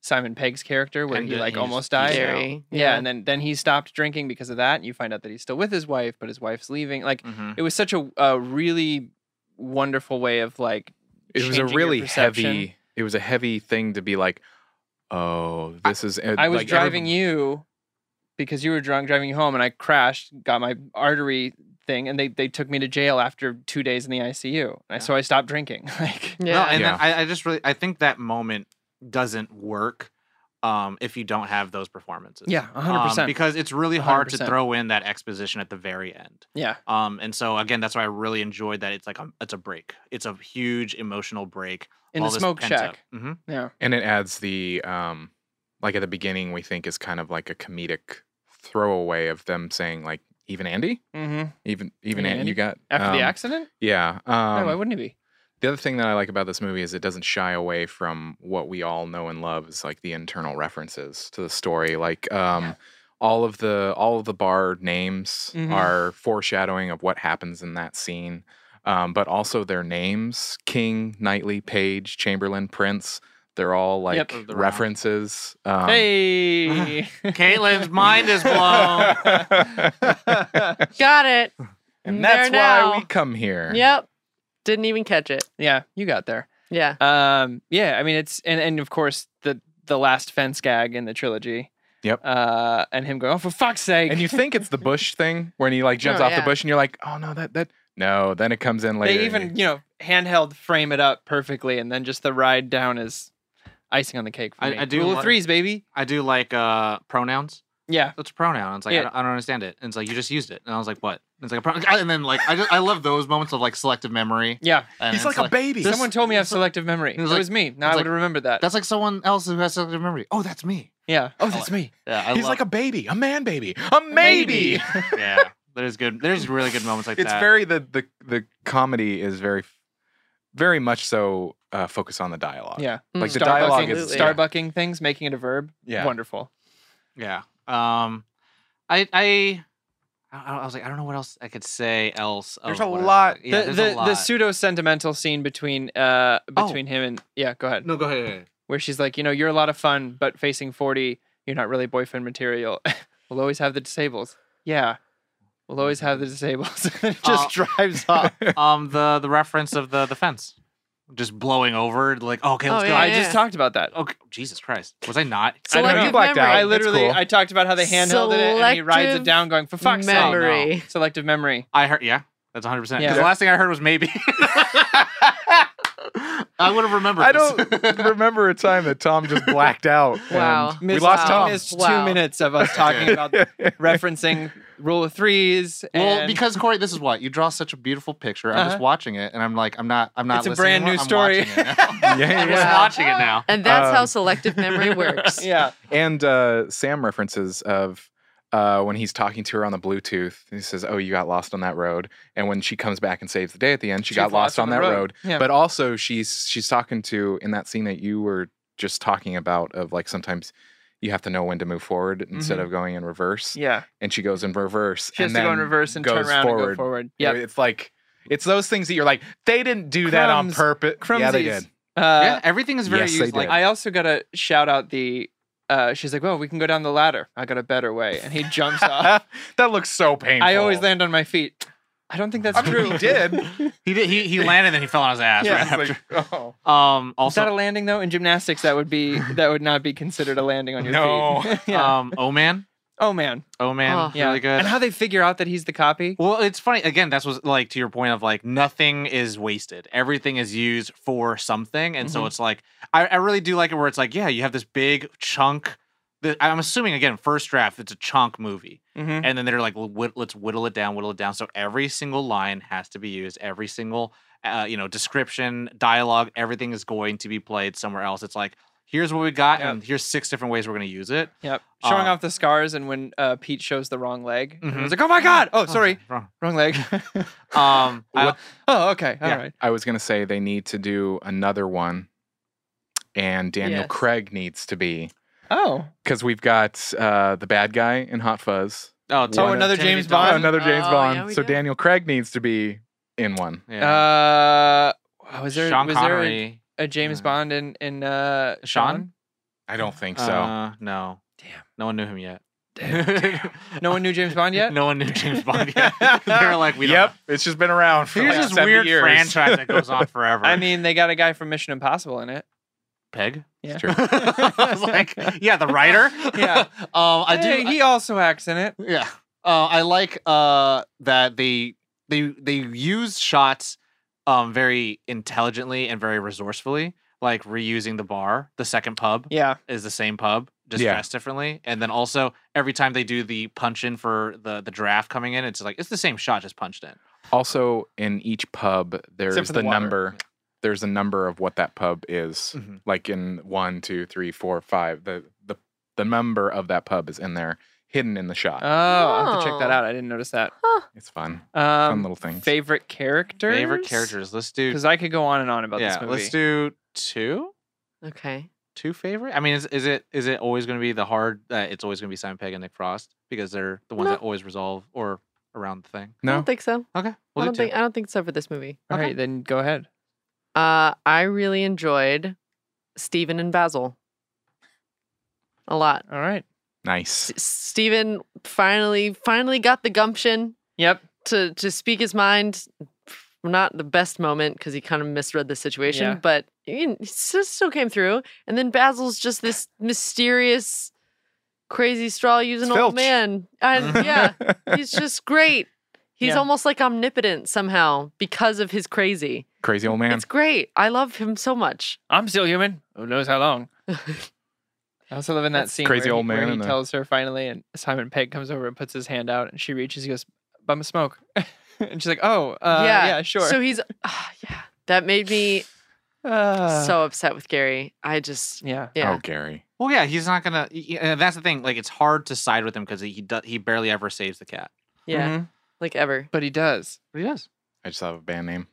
B: Simon Pegg's character, where
C: And
B: he
C: then
B: like
C: he
B: almost
C: just- I-
B: died.
C: Yeah.
F: Scary.
B: Yeah, and then then he stopped drinking because of that, and you find out that he's still with his wife, but his wife's leaving. Like
C: Mhm.
B: it was such a, a really wonderful way of like
A: it was a
B: changing your
A: really
B: perception.
A: heavy it was a heavy thing to be like oh this is
B: i was driving you because you were drunk driving you home and i crashed got my artery thing and they, they took me to jail after two days in the icu And so i stopped drinking like
C: No,
F: Yeah.
C: and
A: Yeah.
C: then I, I just really I think that moment doesn't work um, if you don't have those performances.
B: yeah
C: Um,
B: 100%
C: because it's really hard to
B: 100%.
C: throw in that exposition at the very end.
B: yeah
C: Um, and so again, that's why I really enjoyed that. It's like a, it's a break. It's a huge emotional break.
B: in the smoke shack
C: hmm
B: yeah
A: and it adds the um like at the beginning we think is kind of like a comedic throwaway of them saying like even andy
B: mm-hmm.
A: even even
B: Even
A: andy,
B: Andy?
A: you got
B: after the Oh,
A: um,
B: accident
A: yeah um,
B: no why wouldn't he be
A: the other thing that i like about this movie is it doesn't shy away from what we all know and love is like the internal references to the story like um all of the all of the bar names
B: Mhm.
A: are foreshadowing of what happens in that scene um, but also their names king knightley page chamberlain prince they're all
B: Yep.
A: like
C: Of the round.
A: references um,
B: hey
C: Caitlin's mind is blown.
F: Got it.
A: and that's
F: There
A: why
F: now.
A: we come here
F: Yep. Didn't even catch it.
B: yeah you got there
F: Yeah.
B: Um, yeah, I mean it's and and of course the the last fence gag in the trilogy.
A: Yep.
B: Uh, and him going, oh for fuck's sake!
A: and you think it's the bush thing when he like jumps
F: Oh,
A: off the
F: yeah.
A: bush and you're like oh no that that no then it comes in later
B: they even you know handheld frame it up perfectly, and then just the ride down is icing on the cake. For
C: I-
B: me.
C: I do
B: rule of
C: like-
B: threes, baby.
C: I do like uh, pronouns.
B: Yeah,
C: That's a pronoun. It's like
B: Yeah.
C: I, don't, I don't understand it. And it's like you just used it. And I was like, what? And it's like a pronoun. And then like I just I love those moments of like selective memory.
B: yeah.
C: And
A: he's
C: it's
A: like, a baby
B: Someone told me I have selective memory. It
C: it was
B: was,
C: like-
B: me. Now
C: it
B: I
C: was
B: would
C: like-
B: have remembered that.
C: That's like someone else who has selective memory. Oh, that's me.
B: yeah. Oh, that's me.
C: Yeah, I
A: he's
C: love-
A: like a baby a man baby a maybe
C: yeah. There's good. There's really good moments like
A: it's
C: that.
A: very the the the comedy is very very much so uh focus on the dialogue
B: Yeah.
A: like the
F: Mm.
A: dialogue
B: Starbucking-
A: is
F: Absolutely.
B: starbucking things, making it a verb.
A: Yeah.
B: Wonderful.
C: yeah. Um, I I I I was like I don't know what else I could say else. of
A: There's a
C: what I-
A: lot.
C: Oh, Yeah,
B: the
C: there's
B: the,
C: a lot.
B: the pseudo sentimental scene between uh
C: Oh.
B: between him and yeah. Go ahead.
C: no, go ahead. go ahead.
B: where she's like, you know, you're a lot of fun, but facing 40, you're not really boyfriend material. we'll always have the disables. Yeah. We'll always have the disables. it just drives off.
C: Um, the the reference of the the fence, just blowing over. Like okay, let's
F: Oh,
C: go.
F: yeah,
B: I
F: yeah.
B: just talked about that.
C: Okay, Jesus Christ, was I
B: I don't
C: not?
B: know.
F: Selective
A: You blacked out.
F: memory.
B: I
A: It's
B: literally,
A: cool.
B: I talked about how they handheld it and he rides it
F: Selective
B: down going, for fuck's sake.
F: memory.
B: Selective memory.
C: I heard. Yeah, that's 100. percent
B: Yeah.
C: Because the last thing I heard was maybe. I would have remembered.
A: I
C: this.
A: don't remember a time that Tom just blacked out. and
F: Wow.
A: We
B: Missed-
A: lost
F: Wow.
A: Tom.
B: Missed
F: Wow.
B: two minutes of us talking about referencing rule of threes. And
C: Well, because Corey, this is what you draw such a beautiful picture. I'm just
B: Uh-huh.
C: watching it, and I'm like, I'm not, I'm not.
B: It's a
C: listening
B: brand
C: anymore,
B: new
C: I'm
B: story.
C: watching it now.
A: Yeah, yeah,
C: I'm
A: yeah.
C: just watching it now.
F: And that's how
A: Um,
F: selective memory works.
B: yeah,
A: And uh, Sam references of uh, when he's talking to her on the Bluetooth, he says, "Oh, you got lost on that road." And when she comes back and saves the day at the end, she, got lost on that road.
B: Yeah.
A: But also, she's she's talking to in that scene that you were just talking about of like sometimes you have to know when to move forward instead of going in reverse.
B: Mm-hmm. yeah.
A: And she goes in reverse.
B: She has
A: and
B: to go
A: then
B: in reverse and
A: goes
B: turn around
A: forward.
B: and go forward.
A: You know,
B: Yeah,
A: it's like it's those things that you're like they didn't do that on
B: Crumbs.
A: purpose. Yeah, they
B: Crumbsies.
A: did.
B: Uh,
C: yeah, everything is very
A: yes, they
C: used. Like,
A: did.
B: I also gotta shout out the. Uh, she's like, "Well, we can go down the ladder. I got a better way," and he jumps off.
A: that looks so painful.
B: I always land on my feet. I don't think that's
A: I mean,
B: true.
A: he did.
C: he did, he he landed, and then he fell on his ass.
B: Yeah.
C: right
A: It's
C: after.
A: like, oh.
C: Um,
B: Is that a
C: also,
B: landing though? In gymnastics, that would be that would not be considered a landing on your
A: No.
B: feet. yeah.
C: um, oh man,
B: oh man.
C: oh man,
F: Oh.
B: Yeah.
C: really good.
B: And how they figure out that he's the copy?
C: Well, it's funny. Again, that's what's like to your point of like nothing is wasted. Everything is used for something. And so
B: Mhm.
C: it's like, I, I really do like it where it's like, yeah, you have this big chunk. that- I'm assuming, again, first draft, it's a chunk movie.
B: Mm-hmm.
C: And then they're like, "Well, whitt- let's whittle it down, whittle it down. So every single line has to be used. Every single, uh, you know, description, dialogue, everything is going to be played somewhere else. It's like, here's what we got,
B: Yep.
C: and here's six different ways we're going to use it.
B: Yep. Showing
C: Uh,
B: off the scars, and when uh, Pete shows the wrong leg, and
C: Mhm.
B: I was like, "Oh my god! Oh, sorry,
C: Wrong.
B: wrong leg."
C: Um, I-
A: What-
B: oh, okay, all
C: Yeah.
B: right.
A: I was gonna say they need to do another one, and Daniel
F: Yes.
A: Craig needs to be
B: Oh,
A: because we've got uh, the bad guy in Hot Fuzz,
C: oh,
A: Oh,
C: Timothy-
B: another
C: Timothy
B: James
C: Dalton.
B: Bond?
A: another James
F: Oh,
A: Bond.
F: yeah, we
A: so
F: do.
A: Daniel Craig needs to be in one.
C: Yeah.
B: uh, was there
C: Sean
B: was
C: Connery.
B: there a, a James
C: Yeah.
B: Bond in in uh,
C: Sean?
A: I don't think
C: Uh, no.
B: Damn.
C: No one knew him yet.
B: Sean? No one knew James Bond yet.
C: no one knew James Bond yet. They're like, we
A: yep,
C: don't.
A: it's just been around for
C: Know. Here's
A: like
C: this
A: 70
C: weird
A: years.
C: franchise that goes on forever.
B: I mean, they got a guy from Mission Impossible in it.
C: Peg.
B: Yeah.
A: true.
C: I was like, yeah, the writer.
B: Yeah.
C: um, I do.
B: Hey, he also acts in it.
C: yeah. Uh, I like uh that they they they use shots um very intelligently and very resourcefully, like reusing the bar, the second pub.
B: Yeah.
C: is the same pub, just
A: Yeah.
C: dressed differently. And then also every time they do the punch in for the the draft coming in, it's like it's the same shot just punched in.
A: Also, in each pub, there's
B: for
A: the,
B: the water.
A: number. There's a number of what that pub is.
C: Mhm.
A: Like in one, two, three, four, five. The the the number of that pub is in there, hidden in the shot.
B: Oh, I'll have to check
F: Oh.
B: that out. I didn't notice that.
A: it's fun.
B: Um,
A: Fun little things.
B: Favorite character.
C: Favorite characters. Let's do
B: Because I could go on and on about
C: yeah.
B: this movie.
C: Let's do two.
F: Okay.
C: Two favorite. I mean, is, is it is it always going to be the hard? Uh, it's always going to be Simon Pegg and Nick Frost because they're the ones
F: No.
C: that always resolve or around the thing.
F: I
A: No,
F: don't think so.
C: Okay,
F: I
C: we'll
F: don't
C: do two.
F: think I don't think so for this movie.
B: All
C: Okay.
B: right, then go ahead.
F: Uh, I really enjoyed Steven and Basil a lot.
B: All right.
A: nice.
F: S- Steven finally finally got the gumption
B: Yep.
F: to to speak his mind. Not the best moment because he kind of misread the situation,
B: Yeah.
F: but he he s- still came through. And then Basil's just this mysterious, crazy straw using
A: It's Filch.
F: old man. And yeah, he's just great. He's
B: Yeah.
F: almost like omnipotent somehow because of his crazy.
A: Crazy old man.
F: It's great. I love him so much.
B: I'm still human. Who knows how long? I also love in that scene
A: crazy
B: where,
A: old
B: he, where
A: man
B: he
A: in the-
B: tells her finally, and Simon Pegg comes over and puts his hand out, and she reaches. He goes, "Bum a smoke," and she's like, "Oh, uh, yeah. sure."
F: So he's, ah, yeah. That made me
B: Uh,
F: so upset with Gary. I just,
B: yeah,
F: yeah.
A: Oh, Gary.
C: Well, yeah, he's not gonna. y- y- And that's the thing. Like, it's hard to side with him because he he, do, he barely ever saves the cat.
F: Yeah.
B: Mhm.
F: Like ever.
B: But he does.
C: But he does.
A: I just have a band name.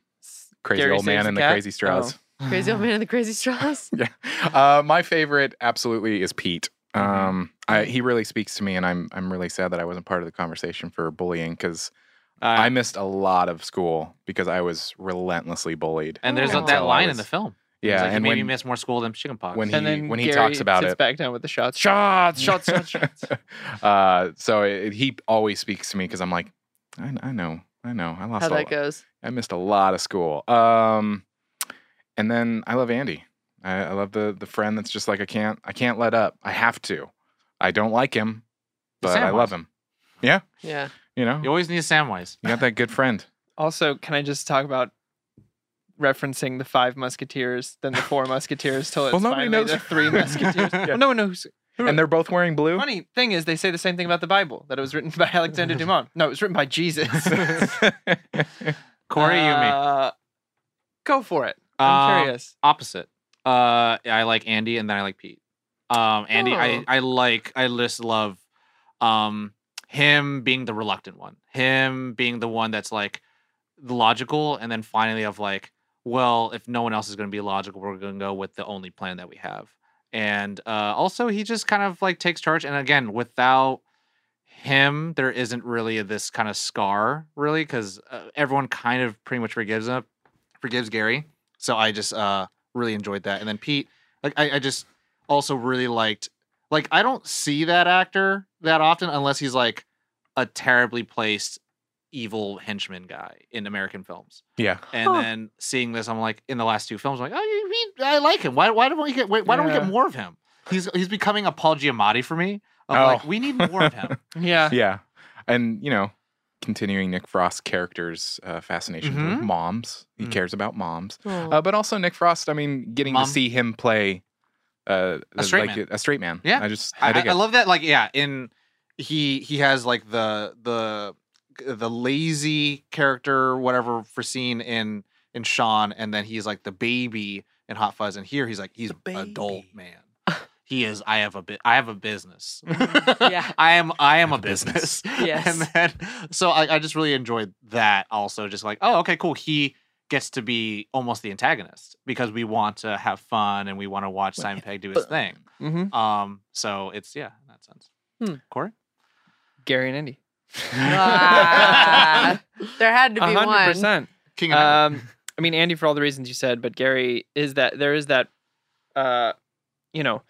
A: Crazy
B: Gary
A: old man
B: Saves
A: and the
B: Cat? Oh,
A: crazy straws.
F: Crazy old man and the crazy straws.
A: Yeah. Uh, my favorite absolutely is Pete. Um, I, he really speaks to me, and I'm I'm really sad that I wasn't part of the conversation for bullying because
C: Uh,
A: I missed a lot of school because I was relentless bullied.
C: and there's
F: Until
C: that
A: I
C: line in
A: was-
C: the film. He's
A: Yeah,
C: like, he
A: and
C: made me
A: when,
C: miss more school than chickenpox.
A: when
B: Oh.
A: he
B: And then
A: when he
B: Gary
A: talks about
B: sits
A: it,
B: back down with the shots, shots, shots, shots, shots.
A: uh, so it, he always speaks to me because I'm like, I, I know, I know, I lost.
F: How
A: a
F: that
A: lo-
F: goes.
A: I missed a lot of school. Um, and then I love Andy. I, I love the the friend that's just like I can't I can't let up. I have to. I don't like him, but I
C: Samwise.
A: love him.
F: Yeah.
A: You know,
C: you always need a Samwise.
A: you got that good friend.
B: Also, can I just talk about referencing the Five Musketeers than the Four Musketeers till it's
A: Well, nobody
B: finally
A: knows.
B: the Three Musketeers. Well, no one knows.
A: and they're both wearing blue.
B: Funny thing is, they say the same thing about the Bible that it was written by Alexander Dumont. No, it was written by Jesus.
C: Corey Yumi.
B: Uh, Go for it. I'm
C: Um,
B: curious.
C: Opposite. Uh, I like Andy and then I like Pete. Um, Andy,
F: Oh.
C: I, I like, I just love um, him being the reluctant one, him being the one that's like logical, and then finally of like, well, if no one else is going to be logical, we're going to go with the only plan that we have. And uh, also, he just kind of like takes charge. And again, without him, there isn't really this kind of scar, really, because uh, everyone kind of pretty much forgives him, forgives Gary. So I just uh, really enjoyed that. And then Pete, like I, I just also really liked. Like I don't see that actor that often unless he's like a terribly placed evil henchman guy in American films.
A: Yeah.
C: And
F: Huh.
C: then seeing this, I'm like, in the last two films, I'm like, oh, he, he- I like him. Why, why don't we get? Why, why don't we
B: Yeah.
C: get more of him? He's he's becoming a Paul Giamatti for me. Of
A: Oh.
C: like, we need more of him.
B: Yeah.
A: yeah, and you know, continuing Nick Frost's character's uh, fascination
C: Mhm.
A: with moms. He
C: Mm.
A: cares about moms,
F: Oh.
A: uh, but also Nick Frost. I mean, getting
C: Mom.
A: to see him play uh,
C: A straight
A: like
C: man.
A: a straight man.
C: Yeah.
A: I just I,
C: I,
A: dig
C: I, I
A: it.
C: love that. Like, yeah, in he he has like the the the lazy character, whatever, foreseen in in Sean, and then he's like the baby in Hot Fuzz, and here he's like he's adult man. He is. I have a bit. I have a business.
F: Yeah.
C: I am. I am a business.
F: Yes.
C: And then, so I, I just really enjoyed that. Also, just like, oh, okay, cool. He gets to be almost the antagonist because we want to have fun and we want to watch Simon Pegg do his thing.
B: Mm-hmm.
C: Um, so it's yeah, in that sense.
F: Hmm.
C: Corey,
B: Gary and Indy.
F: Ah, Uh, there had to be
B: hundred
F: one.
B: percent.
G: King of Heaven.
B: Um, I mean, Andy, for all the reasons you said, but Gary is that there is that, uh, you know,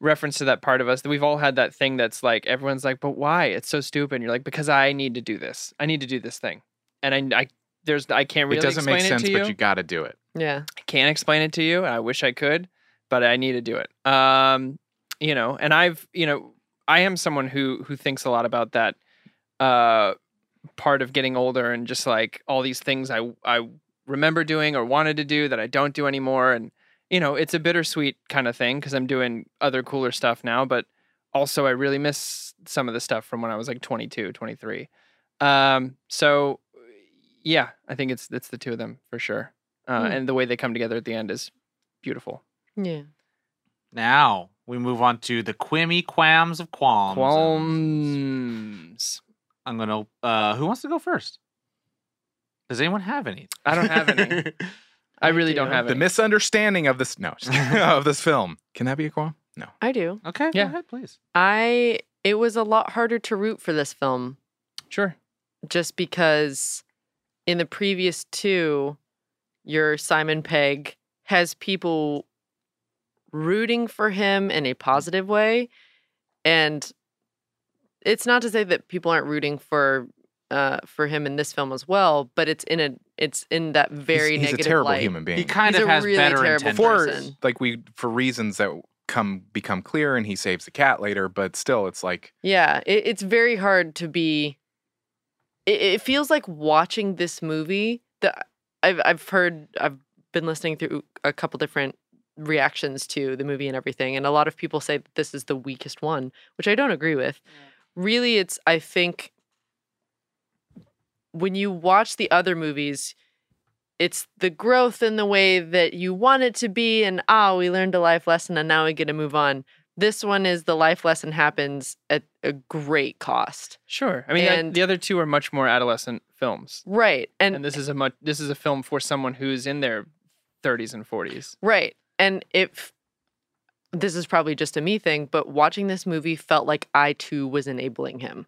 B: reference to that part of us that we've all had that thing that's like everyone's like, but why? It's so stupid. And you're like, because I need to do this. I need to do this thing, and I, I there's I can't really
A: it doesn't
B: explain
A: make sense,
B: it to
A: but you got to do it.
F: Yeah.
B: I can't explain it to you. and I wish I could, but I need to do it. Um, you know, and I've, you know, I am someone who who thinks a lot about that uh part of getting older and just like all these things I I remember doing or wanted to do that I don't do anymore and you know, it's a bittersweet kind of thing cuz I'm doing other cooler stuff now, but also I really miss some of the stuff from when I was like 22, 23. Um, so yeah, I think it's it's the two of them for sure. Uh,
F: Hmm.
B: and the way they come together at the end is beautiful.
F: Yeah.
C: now we move on to the Quimmy Quams of Qualms.
B: Qualms.
C: I'm gonna. Uh, who wants to go first? Does anyone have any?
B: I don't have any. I really don't
F: do.
B: have
A: The
B: any.
A: misunderstanding of this no just kidding, of this film can that be a qualm? No.
F: I do.
C: okay,
B: Yeah.
C: go ahead, please.
F: I it was a lot harder to root for this film
B: sure.
F: just because in the previous two, your Simon Pegg has people rooting for him in a
A: Mm.
F: positive way. And it's not to say that people aren't rooting for uh, for him in this film as well, but it's in a it's in that very
A: he's, he's
F: negative
A: a terrible
F: light.
A: human being.
C: He kind
F: He's
C: of
F: a
C: has
F: really
C: better
F: terrible
C: intentions.
A: for
F: person.
A: like we for reasons that come become clear and he saves the cat later but still it's like
F: Yeah, it, it's very hard to be. It, it feels like watching this movie. That I've I've heard I've been listening through a couple different reactions to the movie and everything, and a lot of people say that this is the weakest one, which I don't agree with. Really, it's I think when you watch the other movies. It's the growth in the way that you want it to be, and ah, we learned a life lesson, and now we get to move on this one is the life lesson happens at a great cost
B: Sure. I mean, I-
F: And-
B: the other two are much more adolescent films,
F: right and,
B: and, this is a much this is a film for someone who's in their 30s and 40s.
F: right and if this is probably just a me thing but watching this movie felt like i too was enabling him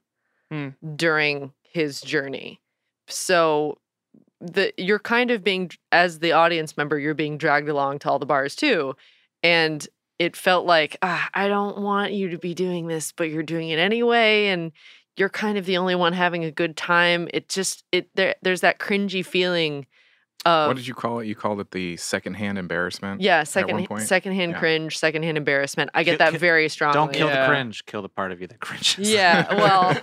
B: Hmm.
F: during his journey so the you're kind of being as the audience member you're being dragged along to all the bars too and it felt like ah, i don't want you to be doing this but you're doing it anyway and you're kind of the only one having a good time it just it there there's that cringy feeling of
A: what did you call it you called it the secondhand embarrassment
F: yeah second
A: point?
F: secondhand
A: Yeah.
F: cringe secondhand embarrassment i get
C: Ki-
F: that
C: ki-
F: very strongly
C: Don't kill
B: Yeah.
C: the cringe. Kill the part of you that cringes.
F: yeah well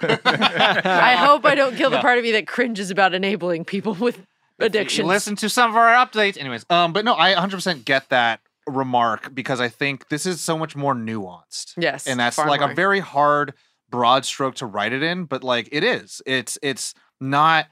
F: i hope i don't kill the
C: No.
F: part of me that cringes about enabling people with addictions.
H: Listen to some of our updates. Anyways, um, but no, I 100% get that remark because I think this is so much more nuanced.
F: yes,
H: and that's
F: far
H: like
F: more.
H: a very hard broad stroke to write it in but like it is it's it's not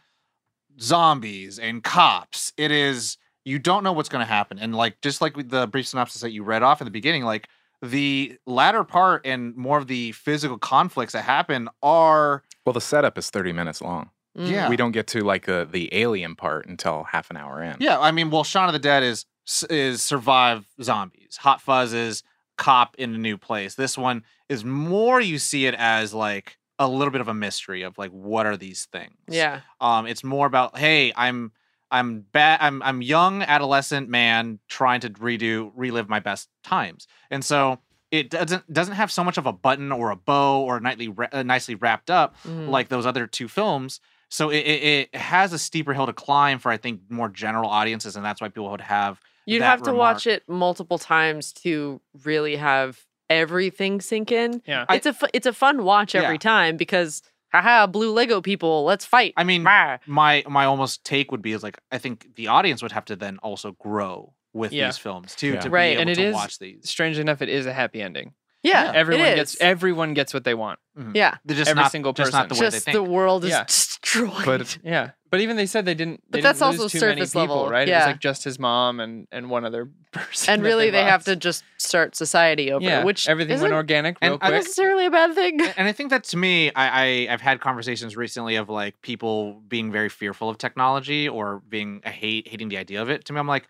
H: zombies and cops it is you don't know what's going to happen and like just like with the brief synopsis that you read off in the beginning like the latter part and more of the physical conflicts that happen are
A: Well, the setup is 30 minutes long.
F: Mm.
H: yeah
A: We don't get to like the, the alien part until half an hour in.
H: yeah
C: I mean, well, Shaun of the Dead is is survive zombies. Hot Fuzz is cop in a new place. This one is more you see it as like a little bit of a mystery of like what are these things.
F: Yeah.
C: Um, it's more about hey, I'm I'm bad. I'm I'm young adolescent man trying to redo relive my best times, and so it doesn't doesn't have so much of a button or a bow or nightly ra- uh, nicely wrapped up
B: Mm-hmm.
F: Mhm.
C: like those other two films. So it, it, it has a steeper hill to climb for I think more general audiences, and that's why people would have
F: You'd
C: that
F: have to
C: remark.
F: watch it multiple times to really have everything sink in.
B: Yeah.
F: It's a fu- it's a fun watch every
C: Yeah.
F: time because haha, blue Lego people, let's fight.
C: I mean,
F: Rah.
C: my my almost take would be is like I think the audience would have to then also grow with
B: Yeah.
C: these films too
A: Yeah.
C: to
F: Right,
C: be able
B: and it
C: to
B: is-
C: watch these.
B: Strangely enough, it is a happy ending.
F: yeah, it
B: Everyone
F: is.
B: gets everyone gets what they want.
F: yeah,
C: They're just
B: every
C: not,
B: single
C: just not the way they
F: just
C: think.
F: the world is
B: Yeah.
F: destroyed.
A: But-
B: Yeah, but even they said they didn't.
F: But
B: they
F: that's
B: didn't lose
F: also
B: too many
F: surface
B: people,
F: level,
B: right? It
F: yeah.
B: was like just his mom and and one other person.
F: and
B: that
F: really, they have
B: lost.
F: to just start society over,
B: yeah,
F: which
B: everything
F: isn't
B: went organic
C: and
B: real
C: I
B: quick.
F: necessarily a bad thing.
C: A- and I think that to me, I, I I've had conversations recently of like people being very fearful of technology or being a hate hating the idea of it. To me, I'm like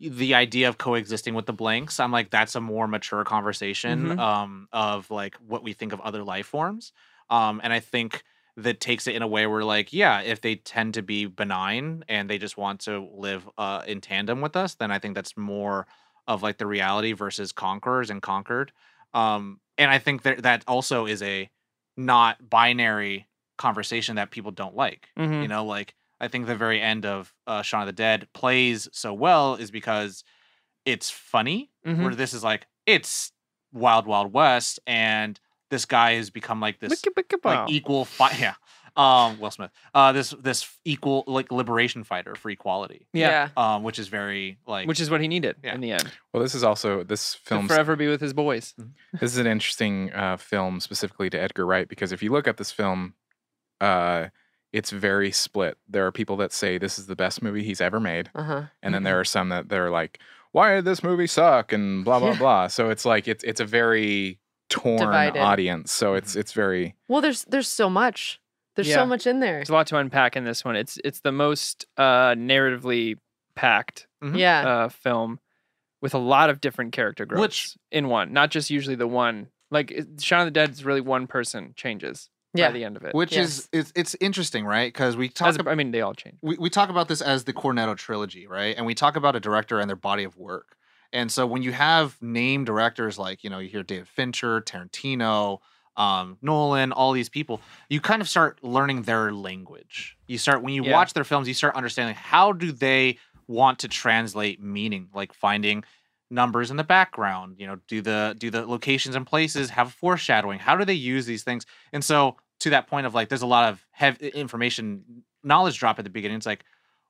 C: the idea of coexisting with the blanks. I'm like that's a more mature conversation
B: Mhm.
C: um, of like what we think of other life forms. Um, and I think that takes it in a way where like yeah, if they tend to be benign and they just want to live uh, in tandem with us, then I think that's more of like the reality versus conquerors and conquered. Um, and I think that that also is a not binary conversation that people don't like.
B: Mhm.
C: You know, like I think the very end of uh, Shaun of the Dead plays so well is because it's funny,
B: Mhm.
C: where this is like it's Wild Wild West, and this guy has become like this
B: Wicka, wicka,
C: like
B: wow.
C: equal fight. Yeah, um, Will Smith. Uh, this this equal like liberation fighter for equality,
B: yeah,
C: um, which is very like
B: which is what he needed
C: Yeah.
B: in the end.
A: Well, this is also this
B: To
A: film's
B: forever be with his boys.
A: this is an interesting uh, film specifically to Edgar Wright because if you look at this film, uh, it's very split. There are people that say this is the best movie he's ever made,
F: Uh huh.
A: and then
C: Mm-hmm.
A: there are some that they're like, "Why did this movie suck?" and blah blah
F: Yeah.
A: blah. So it's like it's it's a very torn
F: Divided.
A: audience. So it's
C: Mm-hmm.
A: it's very
F: Well, there's there's so much. There's
B: Yeah.
F: so much in there.
B: There's a lot to unpack in this one. It's it's the most uh, narratively packed
C: Mhm.
F: Yeah.
B: uh, film with a lot of different character
C: Which-
B: groups in one, not just usually the one. Like it- Shaun of the Dead is really one person changes
F: Yeah.
B: by the end of it.
H: which is
F: Yes.
H: it's, it's interesting right because we talk
B: As a-
H: about
B: I mean, they all change.
H: we, we talk about this as the Cornetto trilogy, right? And we talk about a director and their body of work. And so when you have name directors like, you know, you hear David Fincher, Tarantino, um, Nolan, all these people, you kind of start learning their language. You start when you
B: Yeah.
C: watch their films, you start understanding how do they want to translate meaning, like finding numbers in the background, you know, do the do the locations and places have foreshadowing? How do they use these things? And so to that point of like there's a lot of heavy information knowledge drop at the beginning. It's like,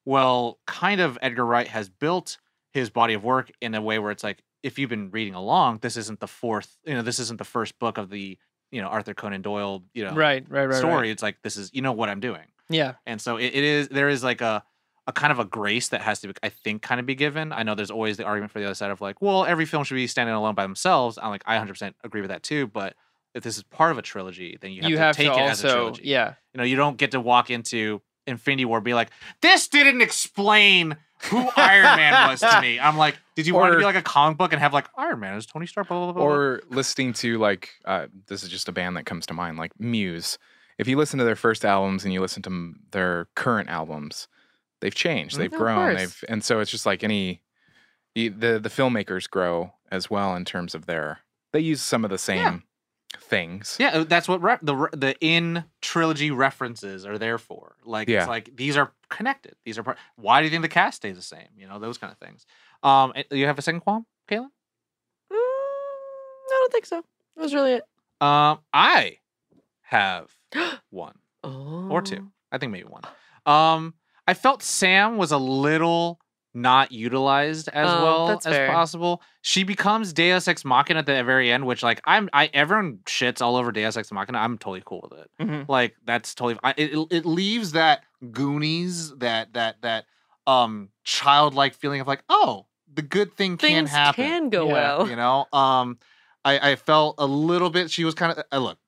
C: well, kind of Edgar Wright has built his body of work in a way where it's like, if you've been reading along, this isn't the fourth, you know, this isn't the first book of the, you know, Arthur Conan Doyle, you know,
B: Right, right, right.
C: story.
B: Right.
C: It's like this is, you know, what I'm doing,
B: Yeah.
C: and so it, it is. There is like a, a kind of a grace that has to, be, I think, kind of be given. I know there's always the argument for the other side of like, well, every film should be standing alone by themselves. I'm like, I 100% agree with that too, but. If this is part of a trilogy, then you have
B: You
C: to
B: have to,
C: take it as a
B: also,
C: trilogy.
B: yeah,
C: You know, you don't get to walk into Infinity War and be like, this didn't explain who Iron Man was to me. I'm like, did you want it to
A: Or-
C: be like a comic book and have like Iron Man is Tony Stark, blah,
B: Uh-huh.
C: blah, blah, blah. blah."
A: or listening to like uh, this is just a band that comes to mind like muse if you listen to their first albums and you listen to m- their current albums they've changed they've
B: Mm-hmm,
F: Mhm, of
A: grown
F: course.
A: they've and so it's just like any y- the the filmmakers grow as well in terms of their they use some of the same things
C: yeah, uh, that's what re- the re- the in trilogy references are there for. Like,
A: Yeah.
C: it's like these are connected. These are part. Why do you think the cast stays the same? You know, those kind of things. Um, and- you have a second qualm, Kaylin?
F: Mm, I don't think so. That was really it.
C: Um, I have one.
F: Oh.
C: or two. I think maybe one. Um,
I: I felt Sam was a little not utilized as
F: Oh,
I: well as
F: that's fair.
I: possible. She becomes Deus Ex Machina at the very end, which like I'm I everyone shits all over Deus Ex Machina. I'm totally cool with it.
B: Mhm.
I: Like that's totally I, it,
C: it leaves that Goonies, that that that um childlike feeling of like, oh, the good thing can
F: Things
C: happen.
F: can go
B: Yeah.
F: well.
C: you know, um, I I felt a little bit. She was kind of uh, look,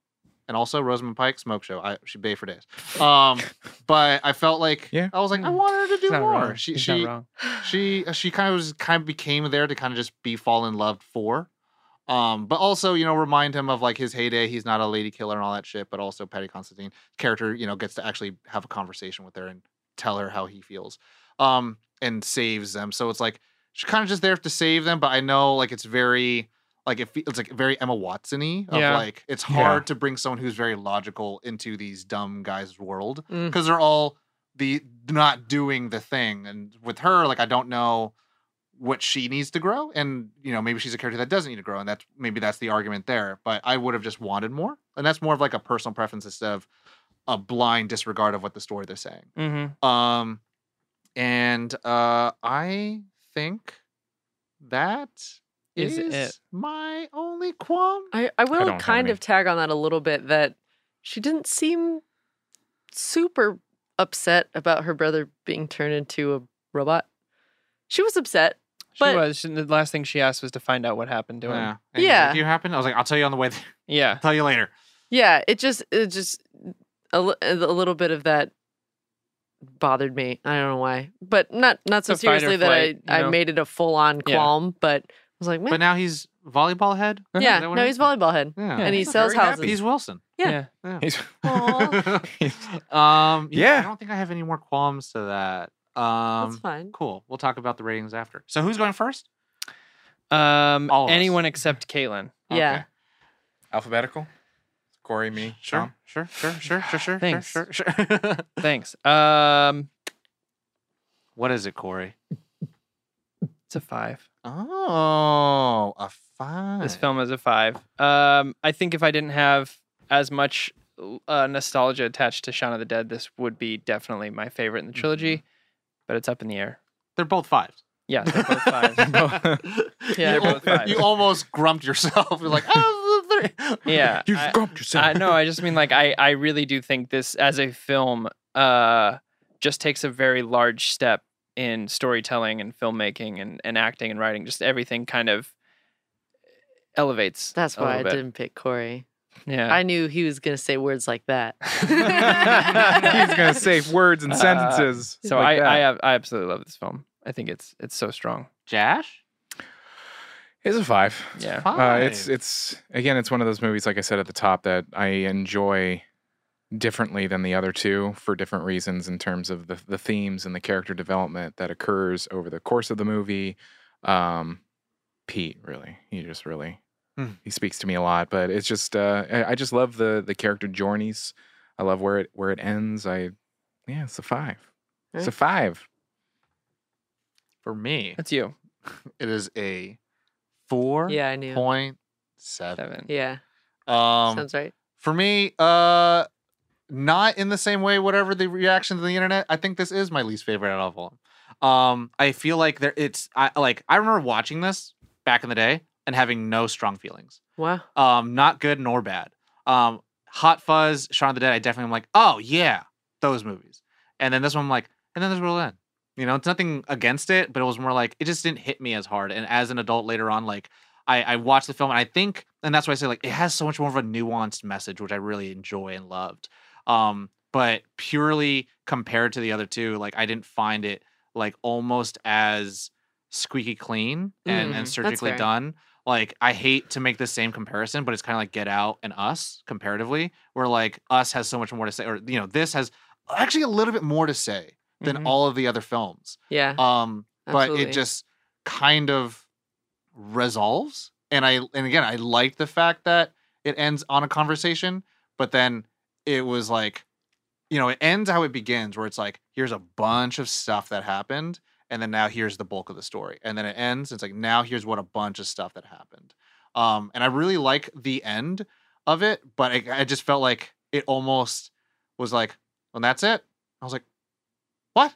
C: and also Rosamund Pike smoke show. I she bay for days. Um, but I felt like
A: Yeah.
C: I was like I
B: Mm.
C: want her to do
B: It's not
C: more.
B: wrong.
C: She
B: It's
C: she
B: not wrong.
C: she uh, she kind of was kind of became there to kind of just be fallen in love for. Um, but also, you know, remind him of like his heyday. He's not a lady killer and all that shit. But also, Patty Constantine character, you know, gets to actually have a conversation with her and tell her how he feels, um, and saves them. So it's like she's kind of just there to save them. But I know, like, it's very like it fe- it's like very Emma Watson-y of
B: Yeah.
C: like it's
A: Yeah.
C: hard to bring someone who's very logical into these dumb guys' world
F: Mm.
C: because they're all the not doing the thing. And with her, like I don't know what she needs to grow, and you know maybe she's a character that doesn't need to grow, and that's maybe that's the argument there. But I would have just wanted more, and that's more of like a personal preference instead of a blind disregard of what the story they're saying.
B: Mhm.
C: Um, and uh, I think that
B: Is
C: is,
B: it.
C: my only qualm.
F: I, I
A: don't
F: will
A: have
F: kind
A: any.
F: of tag on that a little bit that she didn't seem super upset about her brother being turned into a robot. She was upset.
B: She
F: But-
B: was. She, the last thing she asked was to find out what happened to him.
I: yeah. And he's like,
F: Yeah.
I: "Do you happen? I was like, I'll tell you on the way. There.
B: Yeah.
I: I'll tell you later.
F: Yeah, it just it just a, li- a little bit of that bothered me. I don't know why, but not not so
B: The fight or
F: seriously that I
B: flight, you
F: I
B: know?
F: made it a full on
B: Yeah.
F: qualm, but I was like,
I: But
F: Meh.
I: now he's volleyball head. Is
F: yeah,
I: that what
F: no,
I: it
F: he's
I: is?
F: volleyball head,
I: Yeah.
F: and he
A: He's
F: sells
A: very
F: houses.
A: happy.
I: He's Wilson.
F: Yeah.
A: He's
F: Aw.
I: um, yeah,
A: Yeah.
I: I don't think I have any more qualms to that.
F: That's
I: Um,
F: fine.
I: cool. We'll talk about the ratings after. So who's going first?
B: Um,
I: All of us.
B: anyone except Caitlin.
F: Yeah,
A: alphabetical. Corey, me, Tom.
I: Sure, sure, sure, sure, sure, sure,
B: Thanks.
I: sure, sure, sure.
B: Thanks. Um,
I: what is it, Corey?
B: it's a five.
C: Oh, a five.
B: This film is a five. Um, I think if I didn't have as much uh, nostalgia attached to Shaun of the Dead, this would be definitely my favorite in the trilogy.
F: Mm-hmm.
B: But it's up in the air.
I: They're both fives.
B: Yeah, they're both fives.
F: Yeah,
C: you,
B: they're both
C: al-
B: fives.
C: you almost grumped yourself. You're like, oh, the three."
B: Yeah,
A: You've
B: I-
A: grumped yourself.
B: I no, I just mean like I I really do think this as a film uh just takes a very large step in storytelling and filmmaking and, and acting and writing. Just everything kind of elevates.
F: that's
B: a
F: why I
B: little bit.
F: didn't pick Corey.
B: Yeah.
F: I knew he was gonna say words like that.
A: He's gonna say words and
B: Uh,
A: sentences.
B: so
A: like that.
B: I, I ab- I absolutely love this film. I think it's it's so strong.
I: Josh.
A: It's a five.
B: Yeah.
A: Uh,
I: Five.
A: it's it's again, it's one of those movies, like I said at the top, that I enjoy differently than the other two for different reasons in terms of the the themes and the character development that occurs over the course of the movie. Um, Pete, really, he just really
I: Hmm.
A: he speaks to me a lot, but it's just uh, I, I just love the the character journeys. I love where it where it ends. I yeah, it's a five. It's a five.
I: for me.
B: That's you.
C: It is a four
F: yeah, I knew.
C: point seven.
B: Seven.
F: Yeah,
C: Um,
F: sounds right.
C: for me, uh, not in the same way. Whatever the reaction to the internet, I think this is my least favorite out of all. of 'em.
I: Um, I feel like there. It's I like I remember watching this back in the day and having no strong feelings.
F: Wow.
I: um, not good nor bad. Um, Hot Fuzz, Shaun of the Dead. I definitely am like, oh yeah, those movies. And then this one, I'm like, and then there's World End. You know, it's nothing against it, but it was more like it just didn't hit me as hard. And as an adult later on, like I, I watched the film and I think, and that's why I say like it has so much more of a nuanced message, which I really enjoy and loved. Um, but purely compared to the other two, like I didn't find it like almost as squeaky clean and,
F: Mm,
I: and
F: that's
I: surgically
F: fair.
I: done. Like I hate to make the same comparison, but it's kind of like Get Out and Us comparatively, where like Us has so much more to say, or you know, this has
C: Actually, a little bit more to say than
B: Mhm.
C: all of the other films.
F: Yeah,
C: Um, but
F: Mm-hmm. absolutely.
C: it just kind of resolves. And I and again, I like the fact that it ends on a conversation, but then it was like, you know, it ends how it begins, where it's like, here's a bunch of stuff that happened, and then now here's the bulk of the story, and then it ends. it's like now here's what a bunch of stuff that happened. Um, and I really like the end of it, but I, I just felt like it almost was like, well, that's it. I was like, what?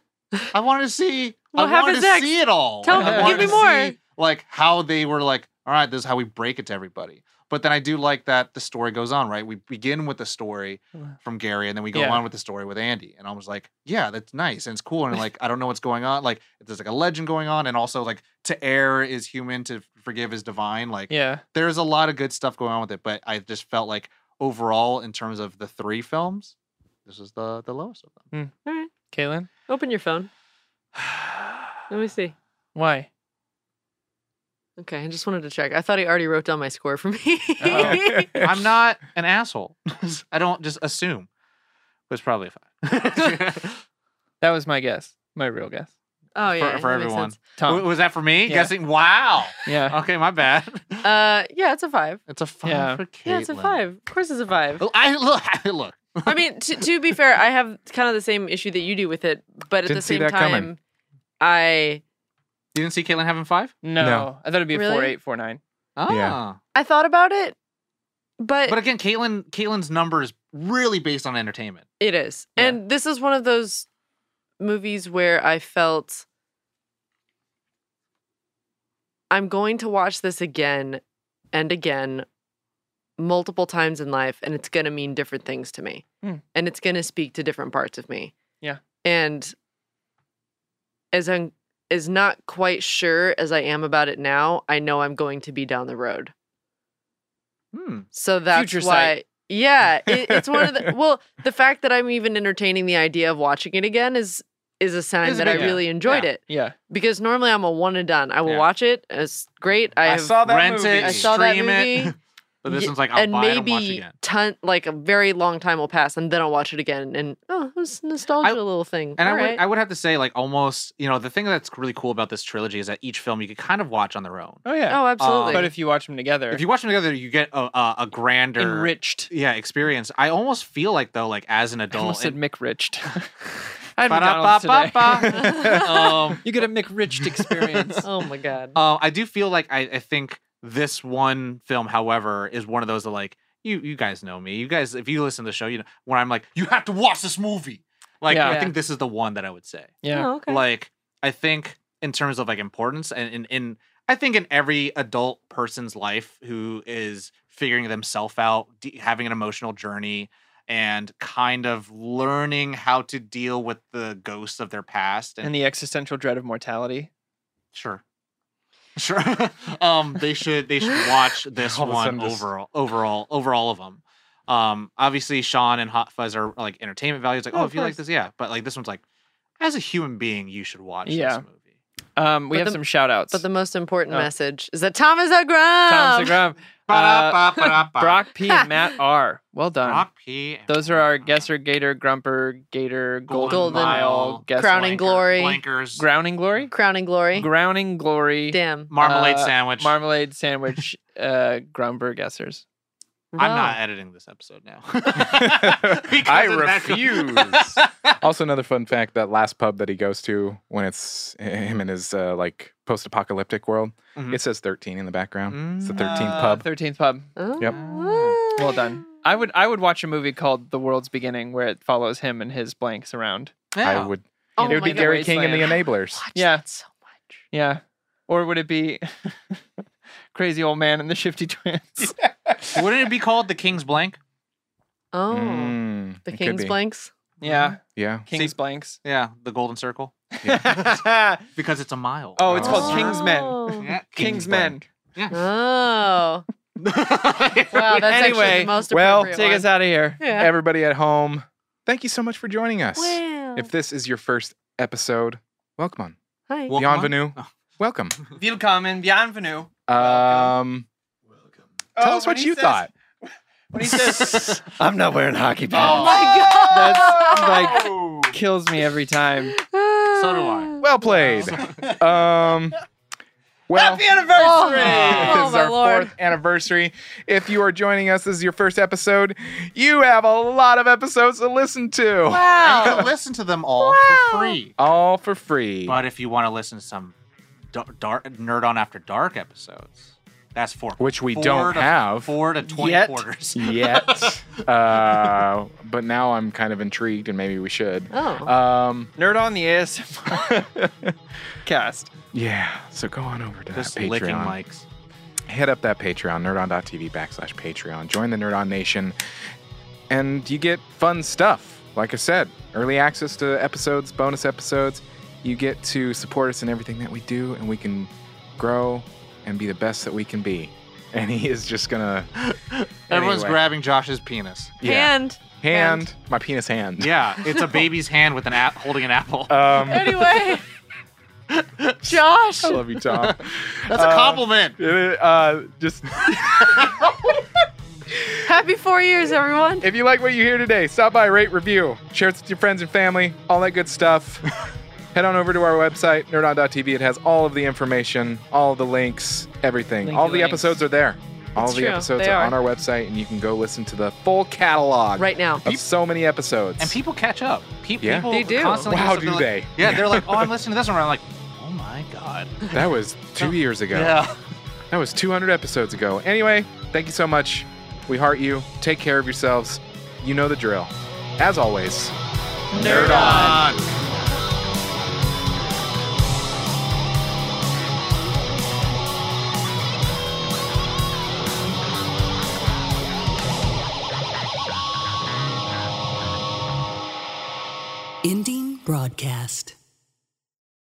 J: I wanted to see.
F: What
J: I wanted
F: happens
J: to
F: next?
J: see it all.
F: Tell
J: I
F: me-
J: wanted
F: give me
J: to
F: more.
J: see, like how they were like, all right, this is how we break it to everybody. But then I do like that the story goes on, right? We begin with the story from Gary, and then we go
B: Yeah.
J: on with the story with Andy. And I was like, yeah, that's nice and it's cool. And like, I don't know what's going on. Like, there's like a legend going on, and also like to err is human, to forgive is divine. Like,
B: Yeah.
J: there's a lot of good stuff going on with it. But I just felt like overall, in terms of the three films, this is the the lowest of them.
B: Kaylin?
F: Open your phone. Let me see.
B: Why?
F: Okay, I just wanted to check. I thought he already wrote down my score for me.
C: I'm not an asshole. I don't just assume. But it's probably fine.
B: That was my guess. My real guess.
F: oh yeah,
C: for
F: that makes
C: everyone.
F: sense.
B: Tom.
C: was that for me?
B: Yeah.
C: Guessing? Wow.
B: yeah.
C: Okay, my bad.
F: Uh, yeah, it's a five.
J: It's a five
B: Yeah.
J: for
F: Yeah, it's a
J: Caitlin.
F: five. Of course, it's a five.
C: Well, I look. Look.
F: I mean, to, to be fair, I have kind of the same issue that you do with it, but at the
A: Didn't see
F: same
A: that
F: time,
A: coming.
F: I
C: You didn't see Caitlin having five?
B: No.
A: No.
B: I thought it'd be a
F: Really?
B: four eight, four nine.
C: Oh.
A: Yeah.
F: I thought about it, but,
C: But again, Caitlin Caitlin's number is really based on entertainment.
F: it is,
C: Yeah.
F: and this is one of those movies where I felt I'm going to watch this again and again multiple times in life and it's going to mean different things to me
B: Hmm.
F: and it's going to speak to different parts of me
B: Yeah.
F: and as i'm as not quite sure as i am about it now i know i'm going to be down the road
C: Hmm.
F: so that's
B: Future
F: why,
B: sight.
F: yeah, it, it's one of the well, the fact that I'm even entertaining the idea of watching it again is is a sign
C: Is a
F: that I
C: big-
F: really enjoyed
C: yeah.
F: it
B: Yeah.
F: because normally I'm a one and done. I will
C: Yeah.
F: watch it. It's great. I, have,
A: that
C: Rent it.
F: I saw that
C: Stream it.
F: movie.
C: But this
F: Ye-
C: one's like I'll
F: and
C: buy it and watch
F: maybe
C: again.
F: ton like a very long time will pass, and then I'll watch it again. And oh, it was nostalgia little thing.
C: And I
F: All
C: would,
F: right.
C: I would have to say, like, almost, you know, the thing that's really cool about this trilogy is that each film you could kind of watch on their own.
B: Oh yeah.
F: oh, absolutely.
B: but if you watch them together,
C: If you watch them together, you get a, a, a grander,
B: enriched.
C: yeah, experience. I almost feel like though, like as an
B: I almost
C: adult,
B: said
C: and-
B: McRiched. I had McDonald's today.
C: Ba-da-ba-ba-ba. um,
B: You get a McRiched experience.
F: oh my god,
C: uh, I do feel like I, I think this one film, however, is one of those that like you you guys know me. You guys, if you listen to the show, you know when I'm like, you have to watch this movie. Like
B: Yeah.
C: I think this is the one that I would say.
B: yeah.
F: Oh, okay.
C: Like I think in terms of like importance and in in I think in every adult person's life who is figuring themselves out, de- having an emotional journey and kind of learning how to deal with the ghosts of their past and
B: And the existential dread of mortality.
C: Sure. Sure. um, they should they should watch this
A: All of a sudden
C: one
A: just-
C: overall, overall, overall of them. Um, obviously Sean and Hot Fuzz are like entertainment value. It's like,
F: Oh,
C: oh,
F: of
C: if you like
F: course.
C: this, yeah. But like this one's like, as a human being, you should watch
B: Yeah.
C: this movie.
B: Um, we
F: But
B: have
F: the-
B: some shout outs.
F: but the most important
B: Oh.
F: message is that Tom is a grump.
B: Tom Segrum, uh,
J: Ba-da-ba-ba-da-ba.
B: Brock P, and Matt R. Well done.
C: Rock P. and
B: Those are our
C: Brock.
B: guesser, gator, grumper, gator, golden,
F: Golden
B: mile, guess
F: Crowning
B: Wanker.
F: Glory.
C: Blankers,
B: Grounding glory?
F: crowning glory.
B: Grounding glory.
F: Damn,
C: marmalade
B: uh,
C: sandwich.
B: Marmalade sandwich, uh, grumper guessers.
C: I'm
F: Wow.
C: not editing this episode now.
A: I
C: Because of that-
A: refuse. also, another fun fact: that last pub that he goes to when it's him and his uh, like post-apocalyptic world,
C: Mhm.
F: Mm-hmm.
A: it says thirteen in the background. It's the
C: Mm.
A: thirteenth
B: Uh,
A: pub.
B: 13th pub.
F: Oh.
A: Yep.
B: Well done. I would I would watch a movie called The World's Beginning where it follows him and his blanks around.
A: I
C: Yeah.
A: would.
F: Oh
A: it would
F: my
A: be
F: God.
A: Gary King and the
B: Wasteland.
A: Enablers.
B: Yeah.
F: so much.
B: Yeah. Or would it be Crazy Old Man and the Shifty Twins?
C: Wouldn't it be called the King's Blank?
F: Oh,
A: Mm,
F: the
A: it could
F: King's
A: be.
F: Blanks.
B: yeah.
A: Yeah.
B: King's Blanks.
C: Yeah, the Golden Circle. Because it's a mile.
B: oh, it's
A: Oh.
B: called King's Men.
F: Oh.
C: Yeah.
B: King's Men.
F: Oh. Wow, that's actually
B: Anyway,
F: the most
A: well,
F: appropriate
B: Take us
F: one.
B: out of here.
F: Yeah.
A: Everybody at home, thank you so much for joining us.
F: Well,
A: If this is your first episode, welcome on.
F: hi.
C: Well- Welcome
A: Bienvenue.
F: Oh.
C: on.
A: Welcome.
B: Willkommen, bienvenue. Oh,
A: Um,
F: Oh,
A: tell us what you thought.
B: When he says, I'm not wearing hockey
F: oh my God.
B: That's like kills me every time.
F: Ah.
C: So do I.
A: Well played. um, well,
B: Happy anniversary!
F: Oh.
A: this is
F: my
A: our
F: Lord.
A: fourth anniversary. If you are joining us, this is your first episode. You have a lot of episodes to listen to,
J: And you can listen to them all for free.
A: all for free.
C: But if you want to listen to some dar- dar- Nerd On After Dark episodes,
I: That's four.
A: Which we
I: Four
A: don't
I: to-
A: have.
I: Four to twenty
B: Yet.
I: quarters.
A: yet. uh, but now I'm kind of intrigued, and maybe we should.
F: Oh.
B: Uh,
A: Um,
B: Nerd on the ASMR cast.
A: yeah. So go on over to
I: Just
A: that
I: licking
A: Patreon.
I: mics.
A: Hit up that Patreon, nerdon.tv backslash Patreon. Join the Nerd On Nation, and you get fun stuff. Like I said, early access to episodes, bonus episodes. You get to support us in everything that we do, and we can grow and be the best that we can be. And he is just gonna
C: Everyone's
A: Anyway.
C: grabbing Josh's penis.
A: yeah.
F: And
A: hand, my penis hand.
I: Yeah, it's a baby's hand with an app holding an apple.
A: Um,
F: anyway, Josh.
A: I love you, Tom.
C: That's a compliment.
A: Uh, just
F: Happy four years, everyone.
A: if you like what you hear today, stop by, rate, review, share it with your friends and family, all that good stuff. Head on over to our website, nerdon.tv. It has all of the information, all of the links, everything.
B: Linky
A: all the
B: links.
A: episodes are there. All
F: It's
A: of the
F: true.
A: episodes
F: They
A: are,
F: are.
A: on our website, and you can go listen to the full catalog
F: Right now.
A: of so many episodes.
I: and people catch up. Pe-
A: Yeah.
I: People
F: They do.
I: Constantly
A: Wow,
I: just
A: do
I: like-
A: they.
I: Yeah, they're like, oh, I'm listening to this one. I'm like, oh my god.
A: that was
F: Oh.
A: two years ago.
I: Yeah.
A: That was 200 episodes ago. Anyway, thank you so much. We heart you. Take care of yourselves. You know the drill. As always,
C: Nerd on.
D: Ending broadcast.